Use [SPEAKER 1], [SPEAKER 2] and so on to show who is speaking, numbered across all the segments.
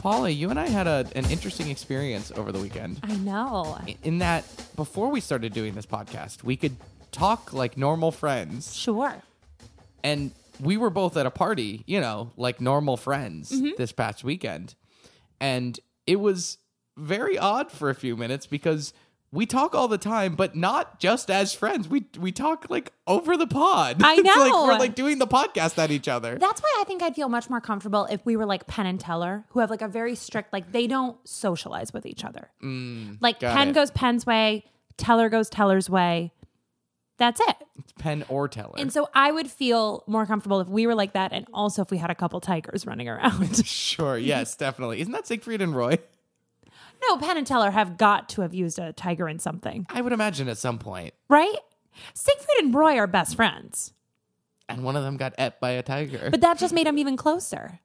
[SPEAKER 1] Paula, you and I had a, an interesting experience over the weekend.
[SPEAKER 2] I know.
[SPEAKER 1] I- In that, before we started doing this podcast, we could talk like normal friends,
[SPEAKER 2] Sure.
[SPEAKER 1] and we were both at a party, you know, like normal friends
[SPEAKER 2] Mm-hmm.
[SPEAKER 1] this past weekend, and it was very odd for a few minutes because we talk all the time, but not just as friends. We we talk like over the pod.
[SPEAKER 2] I
[SPEAKER 1] It's like we're
[SPEAKER 2] know.
[SPEAKER 1] like doing the podcast at each other.
[SPEAKER 2] That's why I think I'd feel much more comfortable if we were like Penn and Teller, who have like a very strict, like they don't socialize with each other. like
[SPEAKER 1] got
[SPEAKER 2] Penn
[SPEAKER 1] it.
[SPEAKER 2] goes Penn's way, Teller goes Teller's way. That's it.
[SPEAKER 1] Pen or teller.
[SPEAKER 2] And so I would feel more comfortable if we were like that, and also if we had a couple tigers running around.
[SPEAKER 1] Sure. Yes, definitely. Isn't that Siegfried and Roy?
[SPEAKER 2] no, Penn and Teller have got to have used a tiger in something,
[SPEAKER 1] I would imagine at some point.
[SPEAKER 2] right? Siegfried and Roy are best friends,
[SPEAKER 1] And one of them got et by a tiger.
[SPEAKER 2] but that just made them even closer.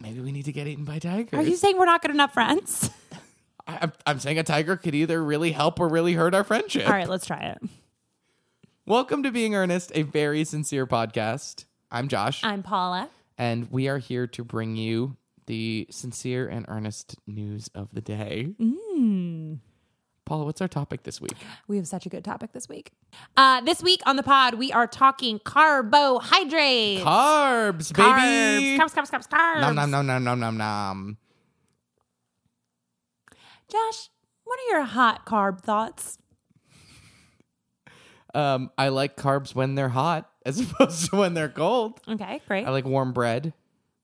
[SPEAKER 1] Maybe we need to get eaten by tigers.
[SPEAKER 2] Are you saying we're not good enough friends?
[SPEAKER 1] I, I'm, I'm saying a tiger could either really help or really hurt our friendship.
[SPEAKER 2] All right, let's try it.
[SPEAKER 1] Welcome to Being Earnest, a very sincere podcast. I'm Josh,
[SPEAKER 2] I'm Paula.
[SPEAKER 1] and we are here to bring you the sincere and earnest news of the day.
[SPEAKER 2] Mm.
[SPEAKER 1] Paula, what's our topic this week?
[SPEAKER 2] We have such a good topic this week. Uh, this week on the pod, we are talking carbohydrates.
[SPEAKER 1] Carbs, baby.
[SPEAKER 2] Carbs, carbs, carbs, carbs, carbs.
[SPEAKER 1] Nom nom nom nom nom nom nom.
[SPEAKER 2] Josh, what are your hot carb thoughts?
[SPEAKER 1] Um, I like carbs when they're hot as opposed to when they're cold.
[SPEAKER 2] Okay, great.
[SPEAKER 1] I like warm bread.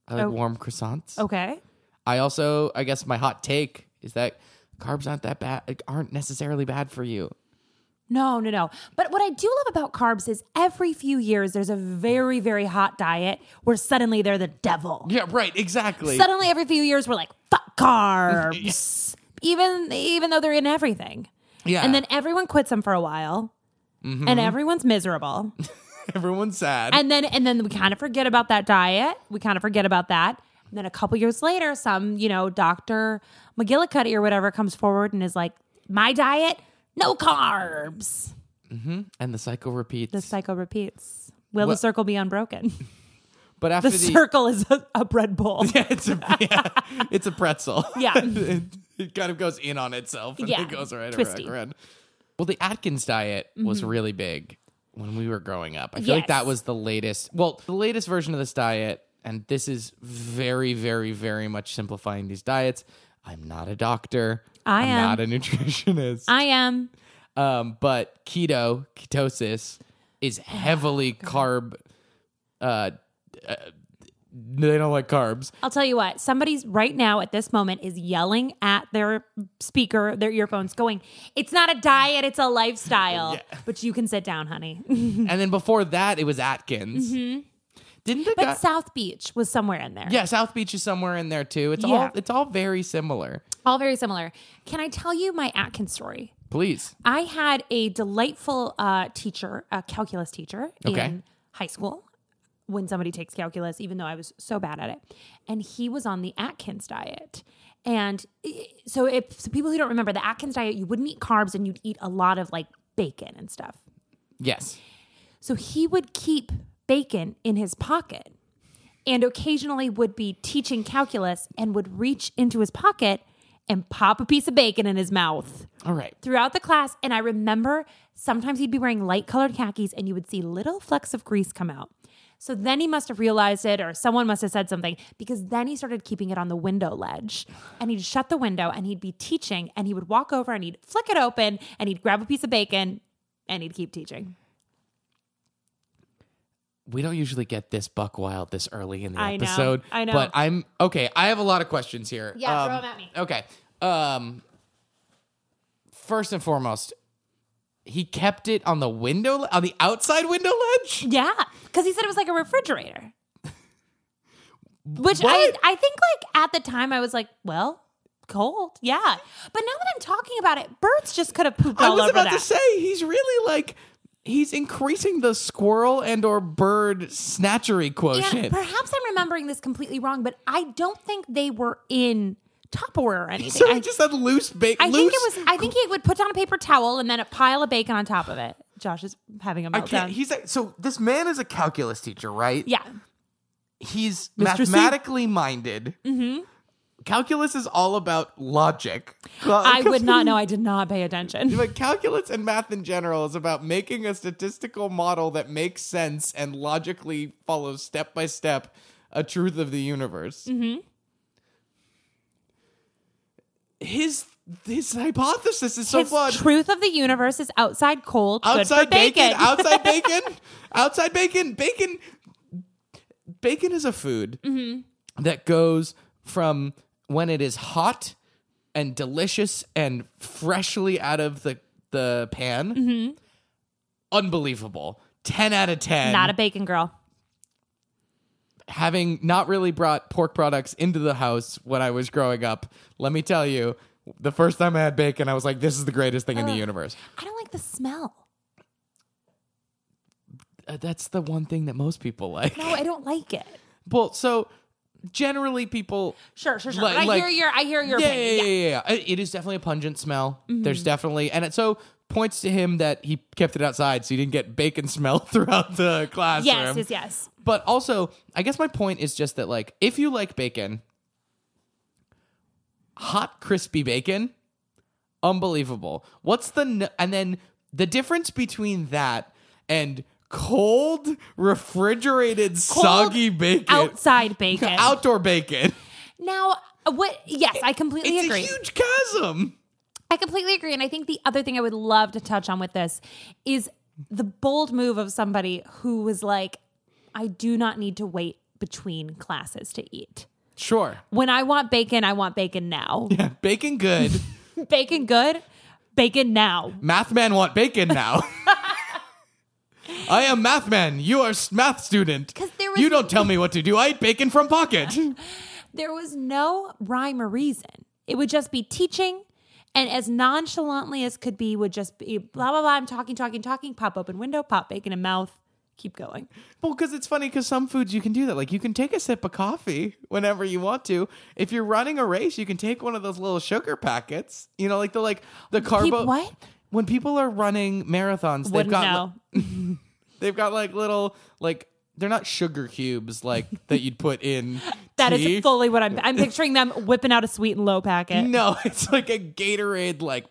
[SPEAKER 1] I like
[SPEAKER 2] Oh.
[SPEAKER 1] warm croissants.
[SPEAKER 2] okay.
[SPEAKER 1] I also, I guess, my hot take is that carbs aren't that bad, aren't necessarily bad for you.
[SPEAKER 2] No, no, no. But what I do love about carbs is every few years there's a very, very hot diet where suddenly they're the devil.
[SPEAKER 1] Yeah, right. Exactly.
[SPEAKER 2] Suddenly every few years we're like, fuck carbs. Even even though they're in everything.
[SPEAKER 1] yeah. Mm-hmm.
[SPEAKER 2] And then everyone quits them for a while. And everyone's miserable.
[SPEAKER 1] everyone's sad.
[SPEAKER 2] and then and then we kind of forget about that diet. We kind of forget about that. And then a couple years later, some you know Doctor McGillicuddy or whatever comes forward and is like, "My diet, no carbs."
[SPEAKER 1] and the cycle repeats.
[SPEAKER 2] The cycle repeats. Will the
[SPEAKER 1] What-
[SPEAKER 2] circle be unbroken?
[SPEAKER 1] but after
[SPEAKER 2] The
[SPEAKER 1] the,
[SPEAKER 2] circle is a, a bread bowl.
[SPEAKER 1] yeah, it's a yeah, it's a pretzel.
[SPEAKER 2] Yeah.
[SPEAKER 1] it, it kind of goes in on itself and
[SPEAKER 2] Yeah.
[SPEAKER 1] it goes right
[SPEAKER 2] Twisty. Mm-hmm.
[SPEAKER 1] around. Well, the Atkins diet was really big when we were growing up. I feel like
[SPEAKER 2] Yes.
[SPEAKER 1] that was the latest. Well, the latest version of this diet, and this is very, very, very much simplifying these diets. I'm not a doctor.
[SPEAKER 2] I
[SPEAKER 1] I'm
[SPEAKER 2] am.
[SPEAKER 1] not a nutritionist.
[SPEAKER 2] I am.
[SPEAKER 1] Um, but keto, ketosis, is
[SPEAKER 2] Oh,
[SPEAKER 1] heavily carb. Uh, uh, they don't like carbs.
[SPEAKER 2] I'll tell you what. Somebody's right now at this moment is yelling at their speaker, their earphones, going, "It's not a diet, it's a lifestyle."
[SPEAKER 1] Yeah.
[SPEAKER 2] But you can sit down, honey.
[SPEAKER 1] and then before that, it was Atkins. Didn't the
[SPEAKER 2] Mm-hmm. But
[SPEAKER 1] guy?
[SPEAKER 2] South Beach was somewhere in there.
[SPEAKER 1] yeah, South Beach is somewhere in there too. It's all
[SPEAKER 2] Yeah.
[SPEAKER 1] it's all very similar.
[SPEAKER 2] All very similar. Can I tell you my Atkins story?
[SPEAKER 1] Please,
[SPEAKER 2] I had a delightful uh, teacher, a calculus teacher
[SPEAKER 1] Okay.
[SPEAKER 2] in high school when somebody takes calculus, even though I was so bad at it. And he was on the Atkins diet. And i- so, if so people who don't remember the Atkins diet, you wouldn't eat carbs and you'd eat a lot of like bacon and stuff.
[SPEAKER 1] yes,
[SPEAKER 2] So he would keep bacon in his pocket and occasionally would be teaching calculus and would reach into his pocket and pop a piece of bacon in his mouth
[SPEAKER 1] all right.
[SPEAKER 2] throughout the class. And I remember sometimes he'd be wearing light colored khakis and you would see little flecks of grease come out. So then he must have realized it, or someone must have said something, because then he started keeping it on the window ledge. And he'd shut the window and he'd be teaching, and he would walk over and he'd flick it open and he'd grab a piece of bacon and he'd keep teaching.
[SPEAKER 1] We don't usually get this buck wild this early in the
[SPEAKER 2] I know.
[SPEAKER 1] episode.
[SPEAKER 2] I know.
[SPEAKER 1] but I'm okay. I have a lot of questions here.
[SPEAKER 2] Yeah, throw 'em at me.
[SPEAKER 1] Okay. Um, first and foremost, he kept it on the window on the outside window ledge.
[SPEAKER 2] Yeah, because he said it was like a refrigerator. Which
[SPEAKER 1] What?
[SPEAKER 2] I I think like at the time I was like, well, cold, yeah. But now that I'm talking about it, birds just could have pooped
[SPEAKER 1] I
[SPEAKER 2] all
[SPEAKER 1] was
[SPEAKER 2] over
[SPEAKER 1] about
[SPEAKER 2] that.
[SPEAKER 1] to say he's really like he's increasing the squirrel and or bird snatchery
[SPEAKER 2] And
[SPEAKER 1] quotient.
[SPEAKER 2] perhaps I'm remembering this completely wrong, but I don't think they were in Tupperware or anything.
[SPEAKER 1] so
[SPEAKER 2] I,
[SPEAKER 1] he just had loose bait.
[SPEAKER 2] I
[SPEAKER 1] loose,
[SPEAKER 2] think it was. I think he would put down a paper towel and then a pile of bacon on top of it. Josh is having a
[SPEAKER 1] I can't,
[SPEAKER 2] meltdown.
[SPEAKER 1] he's a, so this man is a calculus teacher, right?
[SPEAKER 2] yeah,
[SPEAKER 1] He's
[SPEAKER 2] Mr. C. Mm-hmm.
[SPEAKER 1] mathematically minded. calculus is all about logic.
[SPEAKER 2] I would not know. I did not pay attention.
[SPEAKER 1] But calculus and math in general is about making a statistical model that makes sense and logically follows step by step a truth of the universe. Mm-hmm. His his hypothesis is so
[SPEAKER 2] His
[SPEAKER 1] flawed.
[SPEAKER 2] truth of the universe is outside cold, good
[SPEAKER 1] outside
[SPEAKER 2] for bacon.
[SPEAKER 1] bacon, outside bacon, outside bacon, bacon. Bacon is a food
[SPEAKER 2] Mm-hmm.
[SPEAKER 1] that goes from when it is hot and delicious and freshly out of the the pan.
[SPEAKER 2] Mm-hmm.
[SPEAKER 1] Unbelievable. 10 out of 10.
[SPEAKER 2] not a bacon girl.
[SPEAKER 1] Having not really brought pork products into the house when I was growing up, let me tell you, the first time I had bacon, I was like, this is the greatest thing in
[SPEAKER 2] Uh.
[SPEAKER 1] the universe.
[SPEAKER 2] I don't like the smell.
[SPEAKER 1] Uh, that's the one thing that most people like.
[SPEAKER 2] No, I don't like it.
[SPEAKER 1] Well, so generally people.
[SPEAKER 2] Sure, sure, sure.
[SPEAKER 1] Like-
[SPEAKER 2] but I
[SPEAKER 1] like-
[SPEAKER 2] hear your, I hear your
[SPEAKER 1] Yeah,
[SPEAKER 2] opinion. Mm-hmm.
[SPEAKER 1] yeah, yeah, yeah, yeah. It- It is definitely a pungent smell. There's definitely, and it so points to him that he kept it outside, so he didn't get bacon smell throughout the classroom.
[SPEAKER 2] Yes, yes, yes.
[SPEAKER 1] But also, I guess my point is just that, like, if you like bacon, hot crispy bacon, unbelievable. What's the n- and then the difference between that and cold refrigerated soggy bacon
[SPEAKER 2] Outside bacon.
[SPEAKER 1] outdoor bacon
[SPEAKER 2] now, uh, what? Yes, I completely
[SPEAKER 1] it's a
[SPEAKER 2] agree.
[SPEAKER 1] huge chasm
[SPEAKER 2] I completely agree. And I think the other thing I would love to touch on with this is the bold move of somebody who was like, I do not need to wait between classes to eat.
[SPEAKER 1] sure
[SPEAKER 2] When I want bacon, I want bacon now.
[SPEAKER 1] bacon good
[SPEAKER 2] bacon good, bacon now.
[SPEAKER 1] math man want bacon now i am math man you are s- math student
[SPEAKER 2] 'Cause there was-
[SPEAKER 1] you don't tell me what to do i eat bacon from pocket
[SPEAKER 2] There was no rhyme or reason. It would just be teaching. And as nonchalantly as could be, would just be blah, blah, blah. I'm talking, talking, talking. Pop open window, pop bacon in mouth, keep going.
[SPEAKER 1] Well, because it's funny because some foods you can do that. Like you can take a sip of coffee whenever you want to. If you're running a race, you can take one of those little sugar packets. You know, like the like the carbo.
[SPEAKER 2] what?
[SPEAKER 1] When people are running marathons, they've
[SPEAKER 2] Wouldn't
[SPEAKER 1] got li-
[SPEAKER 2] know.
[SPEAKER 1] they've got like little like they're not sugar cubes like that you'd put in.
[SPEAKER 2] That is
[SPEAKER 1] tea. Mm.
[SPEAKER 2] fully what I'm. I'm picturing them whipping out a sweet and low packet.
[SPEAKER 1] No, it's like a Gatorade like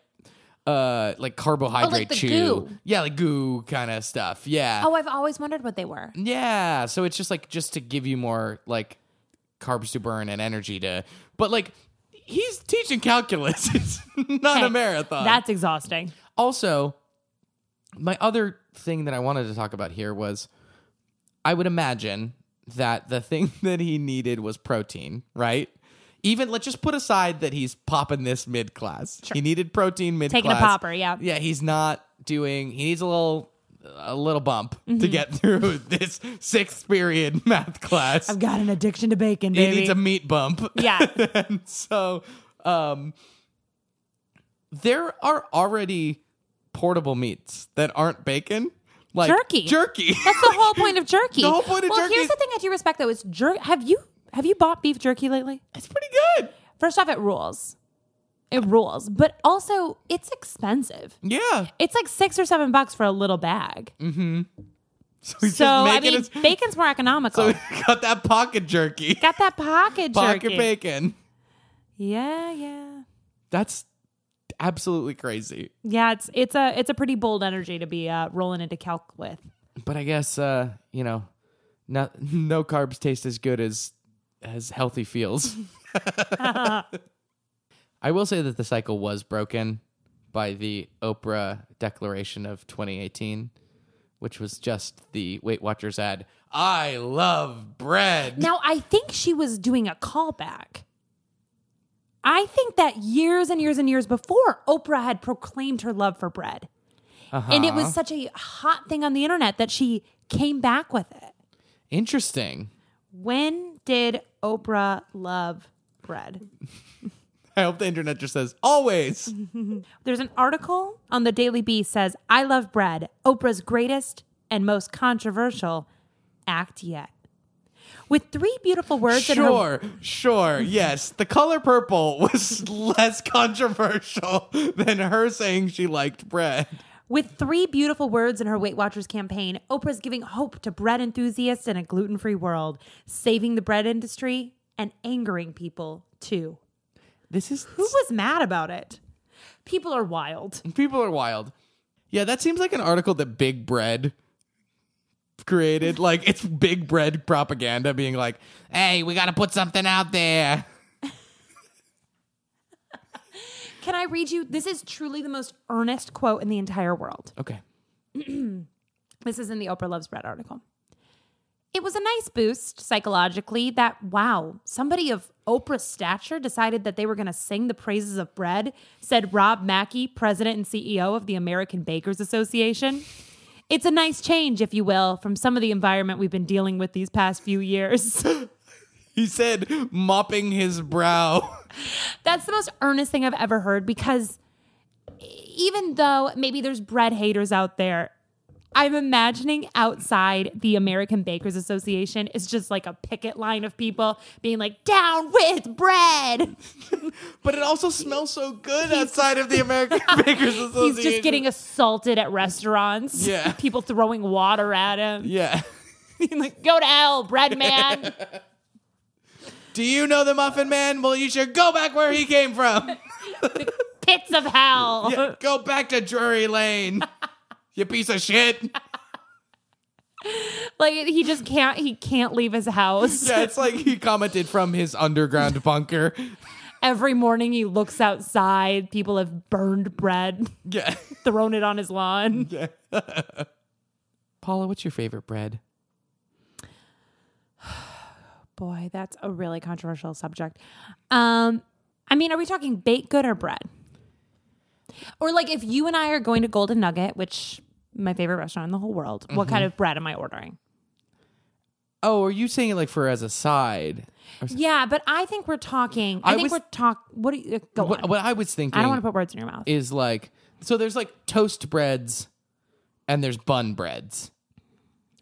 [SPEAKER 1] uh like carbohydrate
[SPEAKER 2] Oh, the
[SPEAKER 1] chew.
[SPEAKER 2] goo.
[SPEAKER 1] Yeah, like goo kind of stuff. Yeah.
[SPEAKER 2] Oh, I've always wondered what they were.
[SPEAKER 1] Yeah, so it's just like just to give you more like carbs to burn and energy to. But like he's teaching calculus. It's not a
[SPEAKER 2] Okay,
[SPEAKER 1] marathon.
[SPEAKER 2] That's exhausting.
[SPEAKER 1] also my other thing that I wanted to talk about here was I would imagine that the thing that he needed was protein, right? Even let's just put aside that he's popping this mid class. He needed protein mid class.
[SPEAKER 2] Taking a popper, yeah.
[SPEAKER 1] Yeah, he's not doing. He needs a little, a little bump to
[SPEAKER 2] Mm-hmm.
[SPEAKER 1] get through this sixth period math class.
[SPEAKER 2] I've got an addiction to bacon,
[SPEAKER 1] He
[SPEAKER 2] baby.
[SPEAKER 1] needs a meat bump.
[SPEAKER 2] yeah,
[SPEAKER 1] and so, um, there are already portable meats that aren't bacon, like
[SPEAKER 2] Jerky.
[SPEAKER 1] Jerky.
[SPEAKER 2] that's the whole point of jerky.
[SPEAKER 1] The whole point of
[SPEAKER 2] well,
[SPEAKER 1] jerky
[SPEAKER 2] here's
[SPEAKER 1] is-
[SPEAKER 2] the thing I do respect though: is jerk. Have you have you bought beef jerky lately?
[SPEAKER 1] it's pretty good.
[SPEAKER 2] First off, it rules. It rules, but also it's expensive.
[SPEAKER 1] Yeah.
[SPEAKER 2] It's like six or seven bucks for a little bag.
[SPEAKER 1] So he's
[SPEAKER 2] So
[SPEAKER 1] Mm. just
[SPEAKER 2] I
[SPEAKER 1] making
[SPEAKER 2] mean,
[SPEAKER 1] his-
[SPEAKER 2] bacon's more economical.
[SPEAKER 1] got that pocket jerky,
[SPEAKER 2] Got that pocket
[SPEAKER 1] pocket
[SPEAKER 2] jerky.
[SPEAKER 1] bacon.
[SPEAKER 2] Yeah, yeah.
[SPEAKER 1] That's absolutely crazy.
[SPEAKER 2] Yeah, it's it's a it's a pretty bold energy to be uh, rolling into calc with.
[SPEAKER 1] but I guess uh, you know, no, no carbs taste as good as as healthy feels. I will say that the cycle was broken by the Oprah declaration of 2018, which was just the Weight Watchers ad. I love bread.
[SPEAKER 2] Now I think she was doing a callback. I think that years and years and years before Oprah had proclaimed her love for bread, and it
[SPEAKER 1] Uh-huh.
[SPEAKER 2] was such a hot thing on the internet that she came back with it.
[SPEAKER 1] Interesting.
[SPEAKER 2] When did Oprah love bread?
[SPEAKER 1] I hope the internet just says always.
[SPEAKER 2] There's an article on the Daily Beast says, "I love bread, Oprah's greatest and most controversial act yet." With three beautiful words in her
[SPEAKER 1] Sure, sure. Yes, the color purple was less controversial than her saying she liked bread.
[SPEAKER 2] With three beautiful words in her Weight Watchers campaign, Oprah's giving hope to bread enthusiasts in a gluten free world, saving the bread industry, and angering people too.
[SPEAKER 1] This is
[SPEAKER 2] Who was mad about it? People are wild.
[SPEAKER 1] people are wild. Yeah, that seems like an article that Big Bread created. Like it's Big Bread propaganda being like, "Hey, we got to put something out there."
[SPEAKER 2] Can I read you? This is truly the most earnest quote in the entire world.
[SPEAKER 1] Okay.
[SPEAKER 2] This is in the Oprah Loves Bread article. It was a nice boost psychologically that, wow, somebody of Oprah's stature decided that they were going to sing the praises of bread, said Rob Mackey, president and CEO of the American Bakers Association. It's a nice change, if you will, from some of the environment we've been dealing with these past few years.
[SPEAKER 1] He said mopping his brow.
[SPEAKER 2] That's the most earnest thing I've ever heard because even though maybe there's bread haters out there, I'm imagining outside the American Bakers Association is just like a picket line of people being like, down with bread.
[SPEAKER 1] But it also smells so good outside of the American Bakers Association.
[SPEAKER 2] He's just getting assaulted at restaurants.
[SPEAKER 1] Oh, Yeah.
[SPEAKER 2] People throwing water at him.
[SPEAKER 1] Yeah.
[SPEAKER 2] like, go to hell, bread man.
[SPEAKER 1] Do you know the Muffin Man? Well, you should go back where he came from.
[SPEAKER 2] Pits of hell.
[SPEAKER 1] Yeah, go back to Drury Lane. You piece of shit.
[SPEAKER 2] Like he just can't he can't leave his house.
[SPEAKER 1] Yeah, it's like he commented from his underground bunker.
[SPEAKER 2] Every morning he looks outside. People have burned bread,
[SPEAKER 1] Yeah.
[SPEAKER 2] thrown it on his lawn.
[SPEAKER 1] yeah. Paula, what's your favorite bread?
[SPEAKER 2] Boy, that's a really controversial subject. Um, I mean, are we talking baked good or bread? Or like if you and I are going to Golden Nugget, which my favorite restaurant in the whole world, what
[SPEAKER 1] Mm-hmm.
[SPEAKER 2] kind of bread am I ordering?
[SPEAKER 1] Oh, are you saying it like for as a side?
[SPEAKER 2] Yeah, but I think we're talking. I,
[SPEAKER 1] I
[SPEAKER 2] think
[SPEAKER 1] was-
[SPEAKER 2] we're talk. What are you? uh, Go
[SPEAKER 1] What,
[SPEAKER 2] on.
[SPEAKER 1] what I was thinking
[SPEAKER 2] Oh, I don't want to put words in your mouth.
[SPEAKER 1] is like so there's like toast breads and there's bun breads.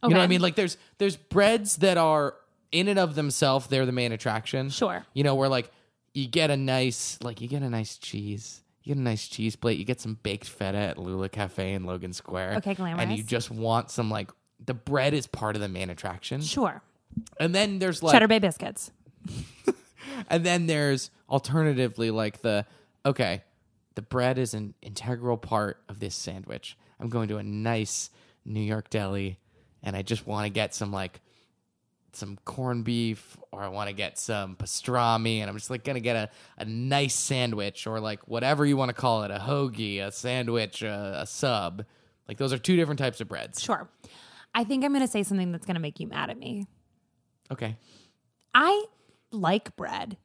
[SPEAKER 1] You know what I
[SPEAKER 2] Okay.
[SPEAKER 1] mean? Like there's there's breads that are in and of themselves they're the main attraction.
[SPEAKER 2] Sure.
[SPEAKER 1] You know, where like you get a nice like you get a nice cheese. You get a nice cheese plate. You get some baked feta at Lula Cafe in Logan Square.
[SPEAKER 2] Okay,
[SPEAKER 1] And you
[SPEAKER 2] glamorous.
[SPEAKER 1] just want some like the bread is part of the main attraction.
[SPEAKER 2] Sure,
[SPEAKER 1] And then there's like
[SPEAKER 2] Cheddar Bay biscuits.
[SPEAKER 1] and then there's alternatively like the okay, the bread is an integral part of this sandwich. I'm going to a nice New York deli and I just want to get some like some corned beef or I want to get some pastrami and I'm just like going to get a, a nice sandwich or like whatever you want to call it, a hoagie, a sandwich, a, a sub. Like those are two different types of breads.
[SPEAKER 2] Sure, I think I'm going to say something that's going to make you mad at me.
[SPEAKER 1] Okay.
[SPEAKER 2] I like bread,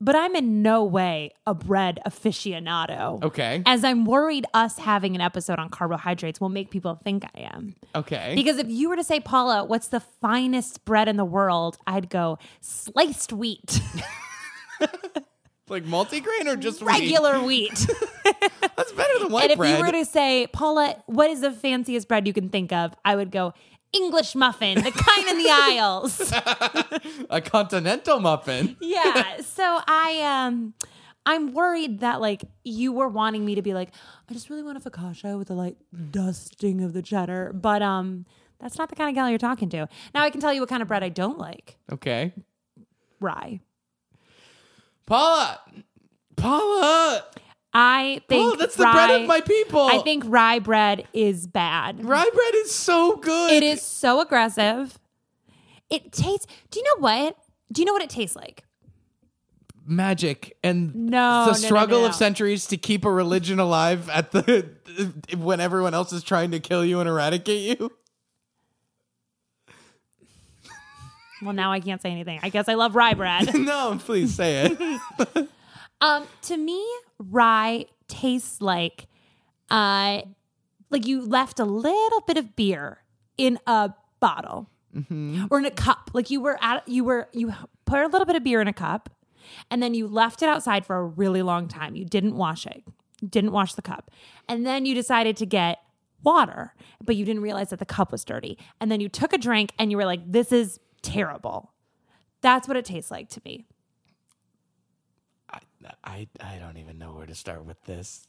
[SPEAKER 2] but I'm in no way a bread aficionado.
[SPEAKER 1] Okay.
[SPEAKER 2] As I'm worried, us having an episode on carbohydrates will make people think I am.
[SPEAKER 1] Okay.
[SPEAKER 2] Because if you were to say, Paula, what's the finest bread in the world? I'd go sliced wheat,
[SPEAKER 1] like multigrain or just wheat?
[SPEAKER 2] regular wheat.
[SPEAKER 1] That's better than white
[SPEAKER 2] and if
[SPEAKER 1] bread.
[SPEAKER 2] you were to say, Paula, what is the fanciest bread you can think of? I would go English muffin, the kind in the aisles.
[SPEAKER 1] a continental muffin.
[SPEAKER 2] yeah so i um i'm worried that like you were wanting me to be like i just really want a focaccia with a like dusting of the cheddar but um that's not the kind of gal you're talking to now i can tell you what kind of bread i don't like
[SPEAKER 1] Okay.
[SPEAKER 2] rye
[SPEAKER 1] Paula. Paula.
[SPEAKER 2] i think
[SPEAKER 1] Paula, Oh, that's the
[SPEAKER 2] rye,
[SPEAKER 1] bread of my people.
[SPEAKER 2] i think rye bread is bad
[SPEAKER 1] rye bread is so good.
[SPEAKER 2] it is so aggressive it tastes do you know what do you know what it tastes like
[SPEAKER 1] magic and
[SPEAKER 2] No,
[SPEAKER 1] the
[SPEAKER 2] no, no,
[SPEAKER 1] struggle
[SPEAKER 2] no,
[SPEAKER 1] of
[SPEAKER 2] no.
[SPEAKER 1] centuries to keep a religion alive at the when everyone else is trying to kill you and eradicate you.
[SPEAKER 2] well now i can't say anything i guess i love rye bread
[SPEAKER 1] no, please say it.
[SPEAKER 2] Um, to me, rye tastes like, uh, like you left a little bit of beer in a bottle or in a cup. Like you were at, you were you put a little bit of beer in a cup, and then you left it outside for a really long time. You didn't wash it, didn't wash the cup, and then you decided to get water, but you didn't realize that the cup was dirty. And then you took a drink, and you were like, "This is terrible." That's what it tastes like to me.
[SPEAKER 1] I, I I don't even know where to start with this.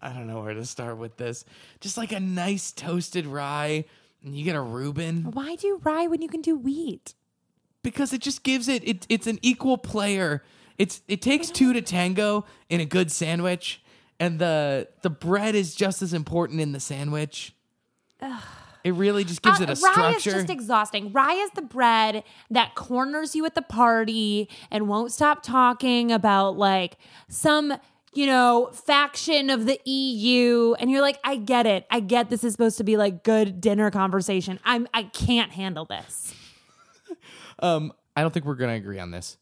[SPEAKER 1] I don't know where to start with this. Just like a nice toasted rye, and you get a Reuben.
[SPEAKER 2] Why do rye when you can do wheat?
[SPEAKER 1] because it just gives it, it it's an equal player. It's it takes two to tango in a good sandwich, and the the bread is just as important in the sandwich. It really just gives it a
[SPEAKER 2] rye Uh, is
[SPEAKER 1] structure.
[SPEAKER 2] just exhausting. Rye is the bread that corners you at the party and won't stop talking about like some, you know, faction of the EU. And you're like, I get it. I get this is supposed to be like good dinner conversation. I'm I can't handle this.
[SPEAKER 1] Um, I don't think we're gonna agree on this.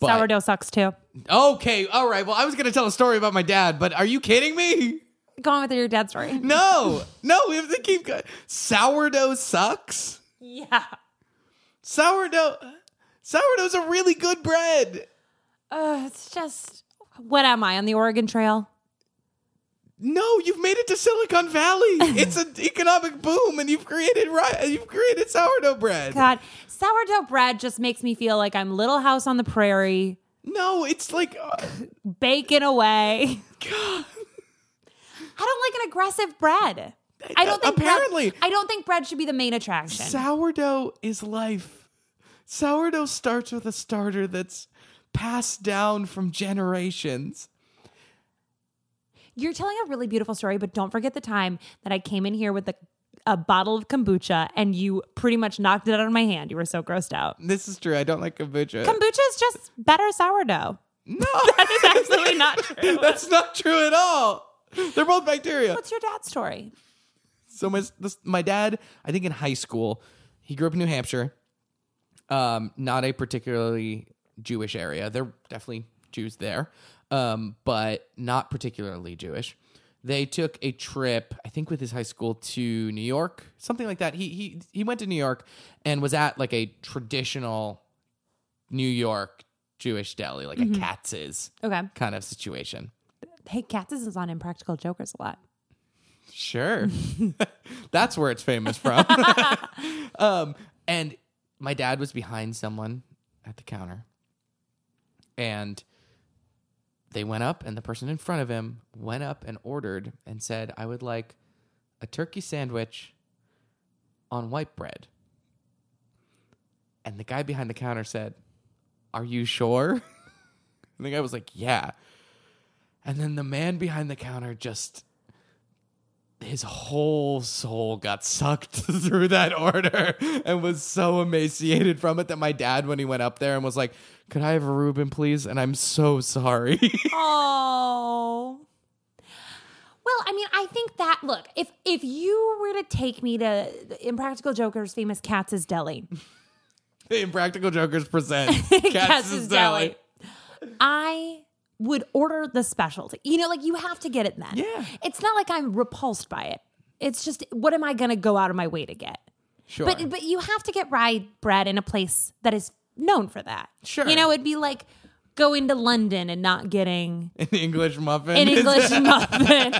[SPEAKER 1] But,
[SPEAKER 2] Sourdough sucks too.
[SPEAKER 1] Okay, all right. Well, I was gonna tell a story about my dad, but are you kidding me?
[SPEAKER 2] Go on with your dad story.
[SPEAKER 1] No, no. We have to keep going. Sourdough sucks.
[SPEAKER 2] Yeah.
[SPEAKER 1] Sourdough, sourdough's a really good bread.
[SPEAKER 2] Uh, it's just what am I on the Oregon Trail?
[SPEAKER 1] No, you've made it to Silicon Valley. it's an economic boom, and you've created ri- you've created sourdough bread.
[SPEAKER 2] God, sourdough bread just makes me feel like I'm Little House on the Prairie,
[SPEAKER 1] No, it's like uh,
[SPEAKER 2] baking away.
[SPEAKER 1] God.
[SPEAKER 2] I don't like an aggressive bread. I don't think
[SPEAKER 1] Apparently.
[SPEAKER 2] bread, I don't think bread should be the main attraction.
[SPEAKER 1] sourdough is life. Sourdough starts with a starter that's passed down from generations.
[SPEAKER 2] You're telling a really beautiful story, but don't forget the time that I came in here with a, a bottle of kombucha and you pretty much knocked it out of my hand. You were so grossed out.
[SPEAKER 1] This is true. I don't like kombucha.
[SPEAKER 2] Kombucha is just better sourdough.
[SPEAKER 1] no,
[SPEAKER 2] It's absolutely not true.
[SPEAKER 1] that's not true at all. They're both bacteria.
[SPEAKER 2] What's your dad's story?
[SPEAKER 1] So my this, my dad, I think in high school, he grew up in New Hampshire, um, not a particularly Jewish area. There are definitely Jews there, um, but not particularly Jewish. They took a trip, I think, with his high school to New York, something like that. He he he went to New York and was at like a traditional New York Jewish deli, like a Katz's
[SPEAKER 2] Okay.
[SPEAKER 1] kind of situation.
[SPEAKER 2] Hey, Katz's is on Impractical Jokers a lot.
[SPEAKER 1] Sure. That's where it's famous from. um, and my dad was behind someone at the counter. And they went up, and the person in front of him went up and ordered and said, I would like a turkey sandwich on white bread. And the guy behind the counter said, Are you sure? and the guy was like, Yeah. And then the man behind the counter just his whole soul got sucked through that order and was so emaciated from it that my dad when he went up there and was like could i have a reuben please and i'm so sorry
[SPEAKER 2] Oh. Well, I mean, I think that look, if if you were to take me to Impractical Joker's famous Katz's Deli,
[SPEAKER 1] impractical jokers present
[SPEAKER 2] Katz's Deli, I would order the specialty. You know, like you have to get it then.
[SPEAKER 1] Yeah.
[SPEAKER 2] It's not like I'm repulsed by it. It's just what am I going to go out of my way to get?
[SPEAKER 1] sure
[SPEAKER 2] But but you have to get rye bread in a place that is known for that.
[SPEAKER 1] Sure.
[SPEAKER 2] You know, it'd be like going to London and not getting
[SPEAKER 1] an english muffin
[SPEAKER 2] an
[SPEAKER 1] is-
[SPEAKER 2] English muffin.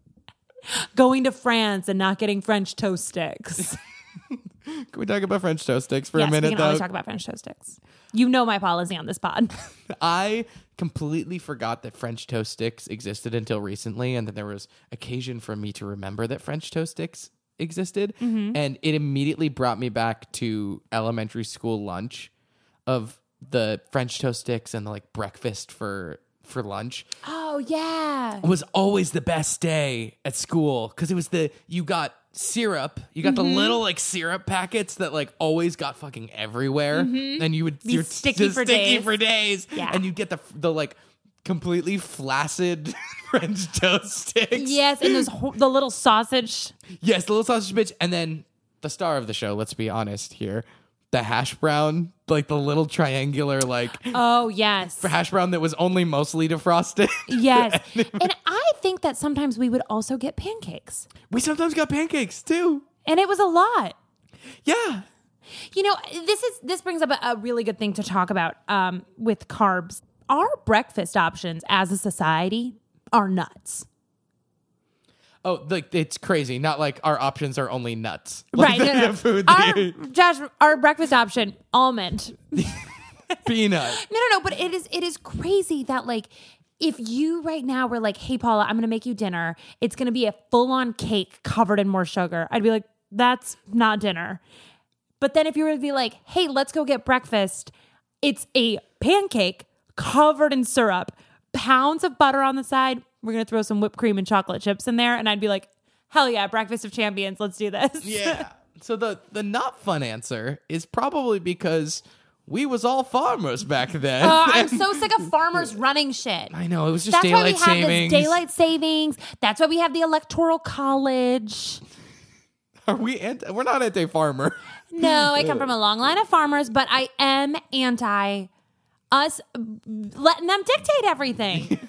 [SPEAKER 2] Going to France and not getting French toast sticks.
[SPEAKER 1] can we talk about french toast sticks for
[SPEAKER 2] yes,
[SPEAKER 1] a
[SPEAKER 2] we
[SPEAKER 1] minute
[SPEAKER 2] can
[SPEAKER 1] though
[SPEAKER 2] always talk about French toast sticks. You know my policy on this pod.
[SPEAKER 1] I completely forgot that French toast sticks existed until recently, and that there was occasion for me to remember that French toast sticks existed. And it immediately brought me back to elementary school lunch of the French toast sticks and the like breakfast for for lunch
[SPEAKER 2] Oh yeah,
[SPEAKER 1] was always the best day at school because it was the you got syrup you got
[SPEAKER 2] Mm-hmm.
[SPEAKER 1] the little like syrup packets that like always got fucking everywhere and you would you're
[SPEAKER 2] Mm-hmm. sticky
[SPEAKER 1] just
[SPEAKER 2] for
[SPEAKER 1] sticky
[SPEAKER 2] days.
[SPEAKER 1] for days
[SPEAKER 2] Yeah.
[SPEAKER 1] and you get the the like completely flaccid french toast sticks
[SPEAKER 2] yes, and those ho- the little sausage.
[SPEAKER 1] yes the little sausage bitch and then the star of the show let's be honest here the hash brown like the little triangular like
[SPEAKER 2] Oh yes,
[SPEAKER 1] hash brown that was only mostly defrosted
[SPEAKER 2] yes. And I think that sometimes we would also get pancakes,
[SPEAKER 1] we sometimes got pancakes too
[SPEAKER 2] and it was a lot.
[SPEAKER 1] yeah
[SPEAKER 2] You know, this is this brings up a, a really good thing to talk about um, with carbs. Our breakfast options as a society are nuts.
[SPEAKER 1] Oh, like it's crazy. Not like our options are only nuts. Like,
[SPEAKER 2] right.
[SPEAKER 1] the,
[SPEAKER 2] no, no. Um,
[SPEAKER 1] the food,
[SPEAKER 2] Our,
[SPEAKER 1] the
[SPEAKER 2] Josh, our breakfast option, almond.
[SPEAKER 1] peanut.
[SPEAKER 2] No, no, no, but it is it is crazy that like if you right now were like, "Hey Paula, I'm going to make you dinner. It's going to be a full-on cake covered in more sugar." I'd be like, "That's not dinner." But then if you were to be like, hey, let's go get breakfast, it's a pancake covered in syrup, pounds of butter on the side. We're going to throw some whipped cream and chocolate chips in there. And I'd be like, hell yeah, breakfast of champions. Let's do this.
[SPEAKER 1] Yeah. So the the not fun answer is probably because we was all farmers back then.
[SPEAKER 2] Uh, I'm so sick of farmers running shit.
[SPEAKER 1] I know it was just
[SPEAKER 2] That's why we
[SPEAKER 1] daylight
[SPEAKER 2] have
[SPEAKER 1] savings.
[SPEAKER 2] this daylight savings. That's why we have the electoral college.
[SPEAKER 1] Are we? Anti- we're not anti farmer.
[SPEAKER 2] No, I come from a long line of farmers, but I am anti us letting them dictate everything.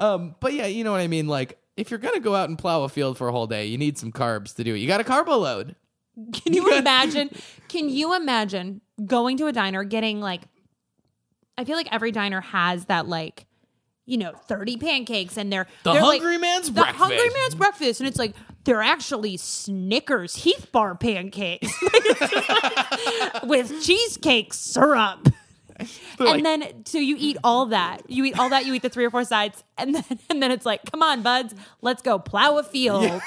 [SPEAKER 1] But yeah, you know what I mean. Like if you're gonna go out and plow a field for a whole day, you need some carbs to do it. You got a carbo load.
[SPEAKER 2] Can you imagine? Can you imagine going to a diner getting like I feel like every diner has that like you know 30 pancakes and they're
[SPEAKER 1] The
[SPEAKER 2] they're like-
[SPEAKER 1] hungry man's
[SPEAKER 2] the
[SPEAKER 1] breakfast.
[SPEAKER 2] hungry man's breakfast and it's like they're actually Snickers Heath bar pancakes It's just like, with cheesecake syrup.
[SPEAKER 1] They're
[SPEAKER 2] and
[SPEAKER 1] like,
[SPEAKER 2] then so you eat all that. You eat all that, you eat the three or four sides, and then and then it's like, come on, buds, let's go plow a field.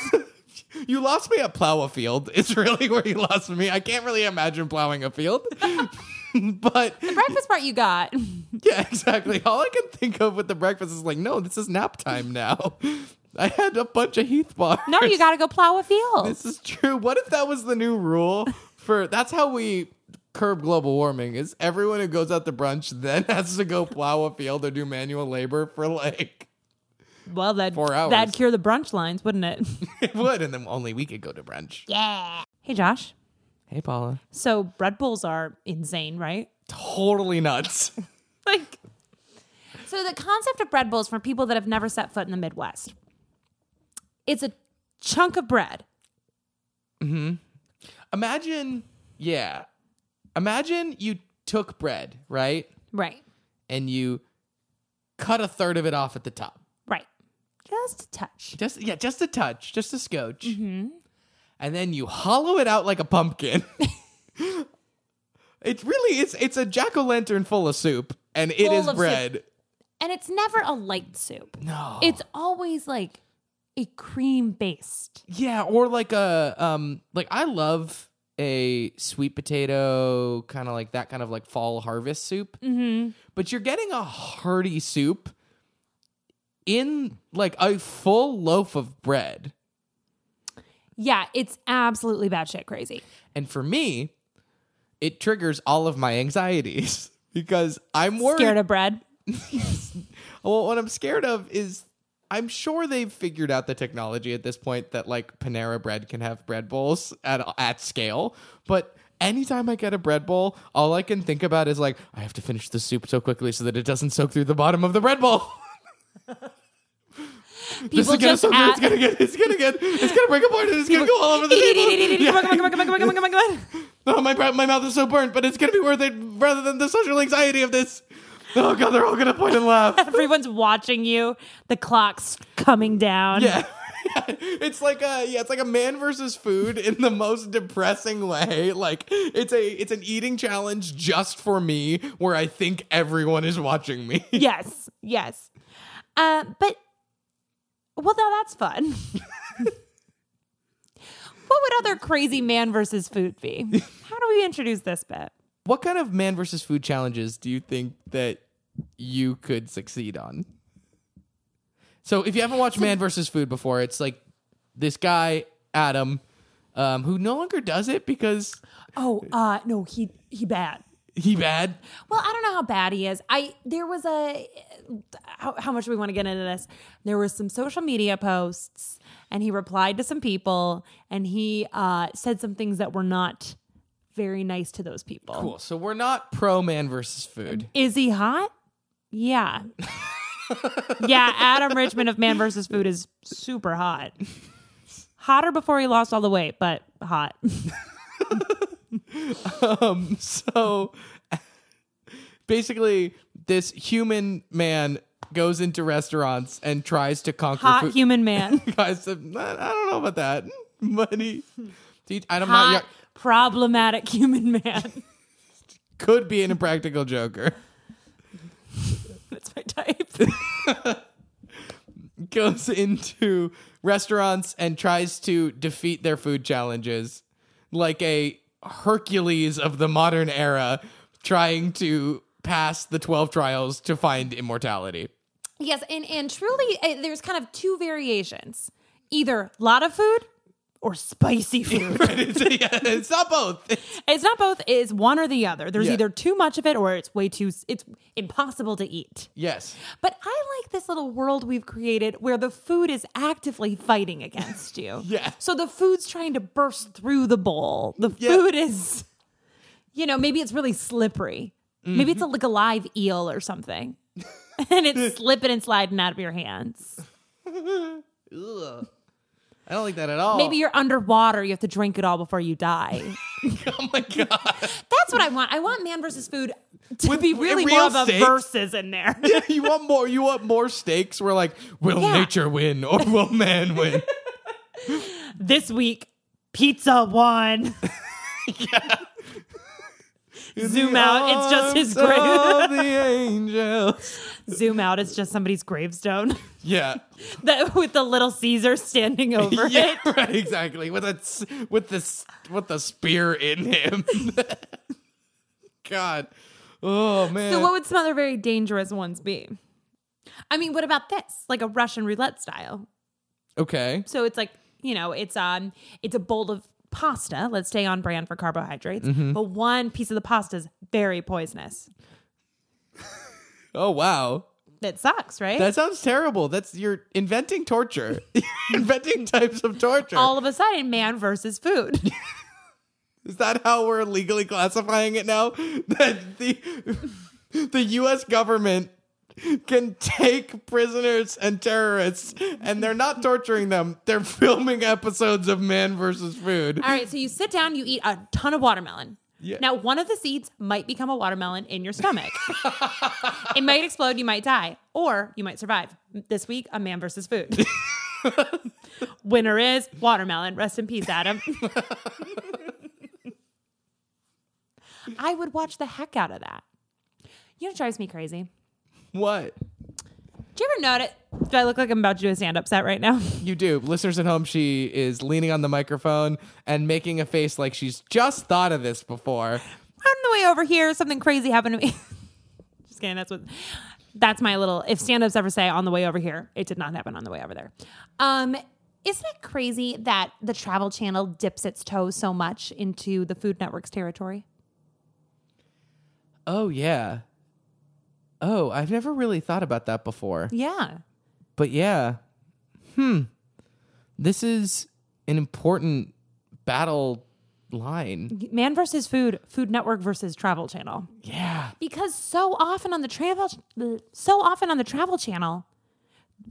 [SPEAKER 1] you lost me at plow a field. It's really where you lost me. I can't really imagine plowing a field. but
[SPEAKER 2] Breakfast part you got.
[SPEAKER 1] yeah, exactly. All I can think of with the breakfast is like, no, this is nap time now. I had a bunch of Heath bars.
[SPEAKER 2] No, you gotta go plow a field.
[SPEAKER 1] This is true. What if that was the new rule for that's how we curb global warming is everyone who goes out to brunch then has to go plow a field or do manual labor for like
[SPEAKER 2] Well, that'd,
[SPEAKER 1] Four hours.
[SPEAKER 2] that'd cure the brunch lines, wouldn't it?
[SPEAKER 1] it would and then only we could go to brunch.
[SPEAKER 2] yeah. Hey, Josh.
[SPEAKER 1] Hey Paula.
[SPEAKER 2] So bread bowls are insane, right?
[SPEAKER 1] Totally nuts.
[SPEAKER 2] Like, so the concept of bread bowls for people that have never set foot in the Midwest, it's a chunk of bread.
[SPEAKER 1] Imagine yeah. Imagine you took bread, right?
[SPEAKER 2] Right.
[SPEAKER 1] And you cut a third of it off at the top.
[SPEAKER 2] Right. Just a touch.
[SPEAKER 1] Just yeah, just a touch, just a scotch,
[SPEAKER 2] Mm-hmm.
[SPEAKER 1] and then you hollow it out like a pumpkin. it really is. It's a jack o' lantern full of soup, and it
[SPEAKER 2] Full
[SPEAKER 1] is
[SPEAKER 2] of soup.
[SPEAKER 1] bread.
[SPEAKER 2] And it's never a light soup.
[SPEAKER 1] No,
[SPEAKER 2] It's always like a cream based.
[SPEAKER 1] yeah, or like a um, like I love a sweet potato kind of like that kind of like fall harvest soup.
[SPEAKER 2] Mm-hmm.
[SPEAKER 1] but you're getting a hearty soup in like a full loaf of bread.
[SPEAKER 2] Yeah, it's absolutely batshit crazy.
[SPEAKER 1] And for me, it triggers all of my anxieties because I'm worried.
[SPEAKER 2] Scared of bread.
[SPEAKER 1] well, what I'm scared of is I'm sure they've figured out the technology at this point that like Panera Bread can have bread bowls at at scale, but anytime I get a bread bowl, all I can think about is like I have to finish the soup so quickly so that it doesn't soak through the bottom of the bread bowl. this
[SPEAKER 2] People
[SPEAKER 1] is gonna
[SPEAKER 2] just
[SPEAKER 1] soak through. It's
[SPEAKER 2] add-
[SPEAKER 1] gonna get. It's gonna get. It's gonna break apart. And it's gonna go all over the
[SPEAKER 2] Eat, eat, eat, eat,
[SPEAKER 1] table.
[SPEAKER 2] eat, eat. Come on,
[SPEAKER 1] Yeah.
[SPEAKER 2] come on, come on, come on, come on, come on, come on, come on.
[SPEAKER 1] Oh, my, bra- my mouth is so burnt, but it's going to be worth it rather than the social anxiety of this. Oh, God, they're all going to point and laugh.
[SPEAKER 2] Everyone's watching you. The clock's coming down.
[SPEAKER 1] Yeah. It's like a yeah, it's like a man versus food in the most depressing way. Like it's a it's an eating challenge just for me, where I think everyone is watching me.
[SPEAKER 2] Yes, yes. Uh, but, well, now that's fun. what would other crazy man versus food be? How do we introduce this bit?
[SPEAKER 1] What kind of man versus food challenges do you think that you could succeed on? So, if you haven't watched Man versus Food before, it's like this guy Adam, um, who no longer does it because
[SPEAKER 2] Oh, uh, no, he he bad.
[SPEAKER 1] he bad.
[SPEAKER 2] Well, I don't know how bad he is. I there was a how, how much do we want to get into this? There were some social media posts, and he replied to some people, and he uh, said some things that were not very nice to those people.
[SPEAKER 1] Cool. So we're not pro Man versus Food.
[SPEAKER 2] Is he hot? Yeah. yeah, Adam Richmond of Man vs. Food is super hot. Hotter before he lost all the weight, but hot.
[SPEAKER 1] Um, so basically, this human man goes into restaurants and tries to conquer
[SPEAKER 2] Hot
[SPEAKER 1] food.
[SPEAKER 2] human man.
[SPEAKER 1] guys. I don't know about that, but he. he- I'm not.
[SPEAKER 2] Hot, problematic human man.
[SPEAKER 1] could be an impractical joker.
[SPEAKER 2] That's my type.
[SPEAKER 1] Goes into restaurants and tries to defeat their food challenges like a Hercules of the modern era trying to pass the 12 trials to find immortality.
[SPEAKER 2] Yes, and and truly, uh, there's kind of two variations: either a lot of food or spicy food.
[SPEAKER 1] it's, yeah, it's not both.
[SPEAKER 2] it's not both; it's one or the other. There's
[SPEAKER 1] Yeah.
[SPEAKER 2] either too much of it or it's way too. s- It's impossible to eat.
[SPEAKER 1] Yes.
[SPEAKER 2] But I like this little world we've created where the food is actively fighting against you.
[SPEAKER 1] Yeah.
[SPEAKER 2] So the food's trying to burst through the bowl. The
[SPEAKER 1] Yeah.
[SPEAKER 2] food is, you know, maybe it's really slippery.
[SPEAKER 1] Mm-hmm.
[SPEAKER 2] Maybe it's a, like a live eel or something. and it's slipping and sliding out of your hands.
[SPEAKER 1] Ugh. I don't like that at all.
[SPEAKER 2] Maybe you're underwater. You have to drink it all before you die.
[SPEAKER 1] oh my god!
[SPEAKER 2] That's what I want. I want man versus food to
[SPEAKER 1] With
[SPEAKER 2] be really
[SPEAKER 1] real
[SPEAKER 2] more of a
[SPEAKER 1] stakes.
[SPEAKER 2] versus in there.
[SPEAKER 1] you want more? You want more stakes? We're like, will
[SPEAKER 2] Yeah.
[SPEAKER 1] nature win or will man win?
[SPEAKER 2] this week, pizza won. Zoom out. It's just his grave.
[SPEAKER 1] grave. the angels.
[SPEAKER 2] Zoom out. It's just somebody's gravestone
[SPEAKER 1] Yeah,
[SPEAKER 2] that with the little Caesar standing over
[SPEAKER 1] yeah,
[SPEAKER 2] it.
[SPEAKER 1] right, exactly. With that, s- with this, with the spear in him. God, oh man.
[SPEAKER 2] So, what would some other very dangerous ones be? I mean, what about this? Like a Russian roulette style.
[SPEAKER 1] okay.
[SPEAKER 2] So it's like you know, it's um, it's a bowl of pasta. Let's stay on brand for carbohydrates, but one piece of the pasta is very poisonous.
[SPEAKER 1] Oh wow.
[SPEAKER 2] That sucks, right?
[SPEAKER 1] That sounds terrible. That's you're inventing torture. You're inventing types of torture.
[SPEAKER 2] All of a sudden, man versus food.
[SPEAKER 1] Is that how we're legally classifying it now? That the the US government can take prisoners and terrorists and they're not torturing them. They're filming episodes of Man versus Food.
[SPEAKER 2] All right, so you sit down, you eat a ton of watermelon.
[SPEAKER 1] Yeah.
[SPEAKER 2] Now, one of the seeds might become a watermelon in your stomach. it might explode, you might die, or you might survive. This week, a man versus food. Winner is watermelon. Rest in peace, Adam. I would watch the heck out of that. You know what drives me crazy?
[SPEAKER 1] What?
[SPEAKER 2] Do you ever notice? Do I look like I'm about to do a stand up set right now?
[SPEAKER 1] You do. Listeners at home, she is leaning on the microphone and making a face like she's just thought of this before.
[SPEAKER 2] on the way over here, something crazy happened to me. Just kidding. That's what. That's my little. If stand-ups ever say on the way over here, it did not happen on the way over there. Um, isn't it crazy that the Travel Channel dips its toe so much into the Food Network's territory?
[SPEAKER 1] Oh yeah. Oh, I've never really thought about that before.
[SPEAKER 2] Yeah.
[SPEAKER 1] But yeah. Hmm. This is an important battle line.
[SPEAKER 2] Man versus food, Food Network versus Travel Channel.
[SPEAKER 1] Yeah.
[SPEAKER 2] Because so often on the travel, so often on the Travel Channel,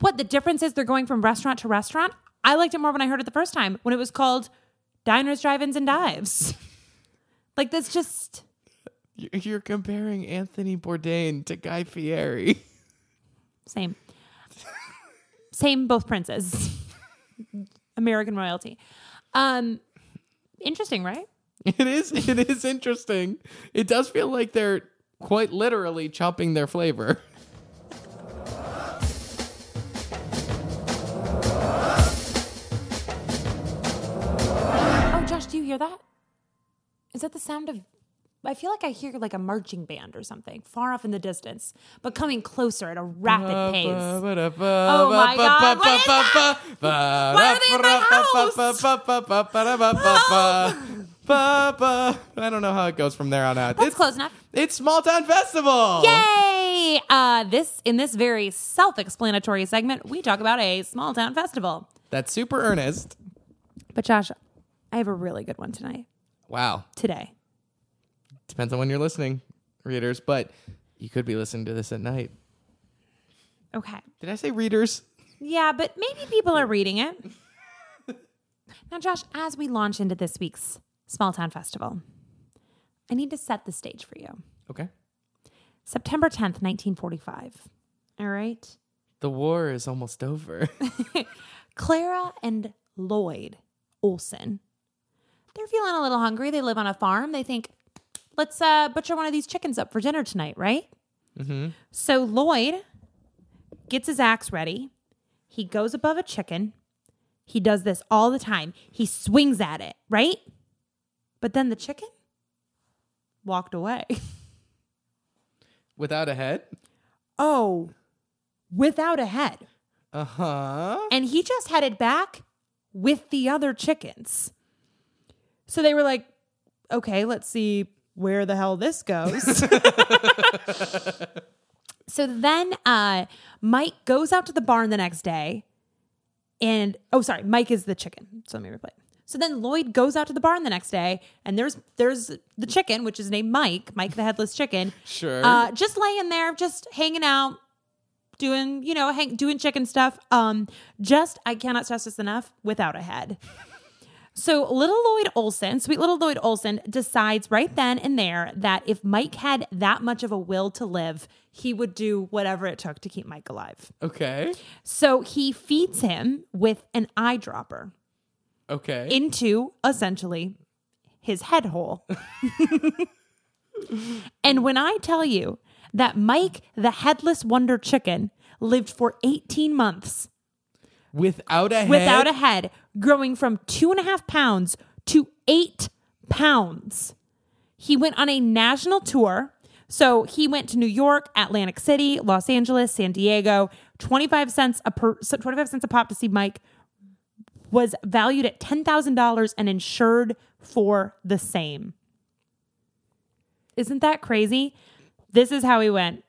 [SPEAKER 2] what the difference is they're going from restaurant to restaurant. I liked it more when I heard it the first time when it was called Diners, Drive-ins, and Dives. like that's just
[SPEAKER 1] You're you're comparing Anthony Bourdain to Guy Fieri.
[SPEAKER 2] same, same. Both princes, American royalty. Um, interesting, right?
[SPEAKER 1] It is it is interesting. It does feel like they're quite literally chopping their flavor.
[SPEAKER 2] Oh, Josh, do you hear that? Is that the sound of? I feel like I hear like a marching band or something far off in the distance, but coming closer at a
[SPEAKER 1] Uh,
[SPEAKER 2] rapid pace.
[SPEAKER 1] Oh
[SPEAKER 2] my God, what is that? Why are they in my house?
[SPEAKER 1] I don't know how it goes from there on out.
[SPEAKER 2] That's
[SPEAKER 1] It's
[SPEAKER 2] close enough.
[SPEAKER 1] It's Small Town Festival.
[SPEAKER 2] Yay! Uh, this in this very self-explanatory segment, we talk about a small town festival.
[SPEAKER 1] That's super earnest.
[SPEAKER 2] But Josh, I have a really good one tonight.
[SPEAKER 1] Wow.
[SPEAKER 2] Today,
[SPEAKER 1] Depends on when you're listening, readers, but you could be listening to this at night.
[SPEAKER 2] okay?
[SPEAKER 1] Did I say readers?
[SPEAKER 2] Yeah, but maybe people are reading it. now, Josh, as we launch into this week's small town festival, I need to set the stage for you.
[SPEAKER 1] Okay.
[SPEAKER 2] September 10th, 1945. All right.
[SPEAKER 1] The war is almost over.
[SPEAKER 2] Clara and Lloyd Olson. They're feeling a little hungry. They live on a farm. They think, let's uh, butcher one of these chickens up for dinner tonight, right? So Lloyd gets his axe ready. He goes above a chicken. He does this all the time. He swings at it, right? But But then the chicken walked away.
[SPEAKER 1] without a head.
[SPEAKER 2] Oh, without a head.
[SPEAKER 1] Uh huh.
[SPEAKER 2] And he just had it back with the other chickens. So they were like, okay, let's see where the hell this goes. so then uh, Mike goes out to the barn the next day. And oh, sorry, Mike is the chicken. So let me replay. So then Lloyd goes out to the barn the next day, and there's there's the chicken, which is named Mike, Mike the headless chicken,
[SPEAKER 1] Sure.
[SPEAKER 2] uh, just laying there, just hanging out, doing you know, hang, doing chicken stuff. Um, just I cannot stress this enough, without a head. So little Lloyd Olson, sweet little Lloyd Olson, decides right then and there that if Mike had that much of a will to live, he would do whatever it took to keep Mike alive.
[SPEAKER 1] okay.
[SPEAKER 2] So he feeds him with an eyedropper
[SPEAKER 1] Okay.
[SPEAKER 2] into essentially his head hole. and when I tell you that Mike, the headless wonder chicken, lived for 18 months
[SPEAKER 1] without a head.
[SPEAKER 2] without a head, growing from two and a half pounds to eight pounds. He went on a national tour. So he went to New York, Atlantic City, Los Angeles, San Diego. 25 cents a per, so 25 cents a pop to see Mike was valued at $10,000 and insured for the same. Isn't that crazy? This is how he went.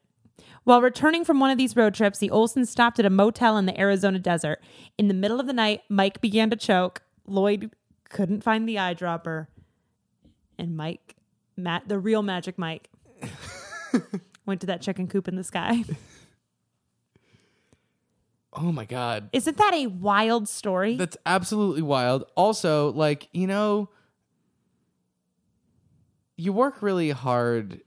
[SPEAKER 2] While returning from one of these road trips, the Olsons stopped at a motel in the Arizona desert. In the middle of the night, Mike began to choke. Lloyd couldn't find the eyedropper. And Mike, Matt, the real magic Mike, went to that chicken coop in the sky.
[SPEAKER 1] oh my god.
[SPEAKER 2] Isn't that a wild story?
[SPEAKER 1] That's absolutely wild. Also, like, you know, you work really hard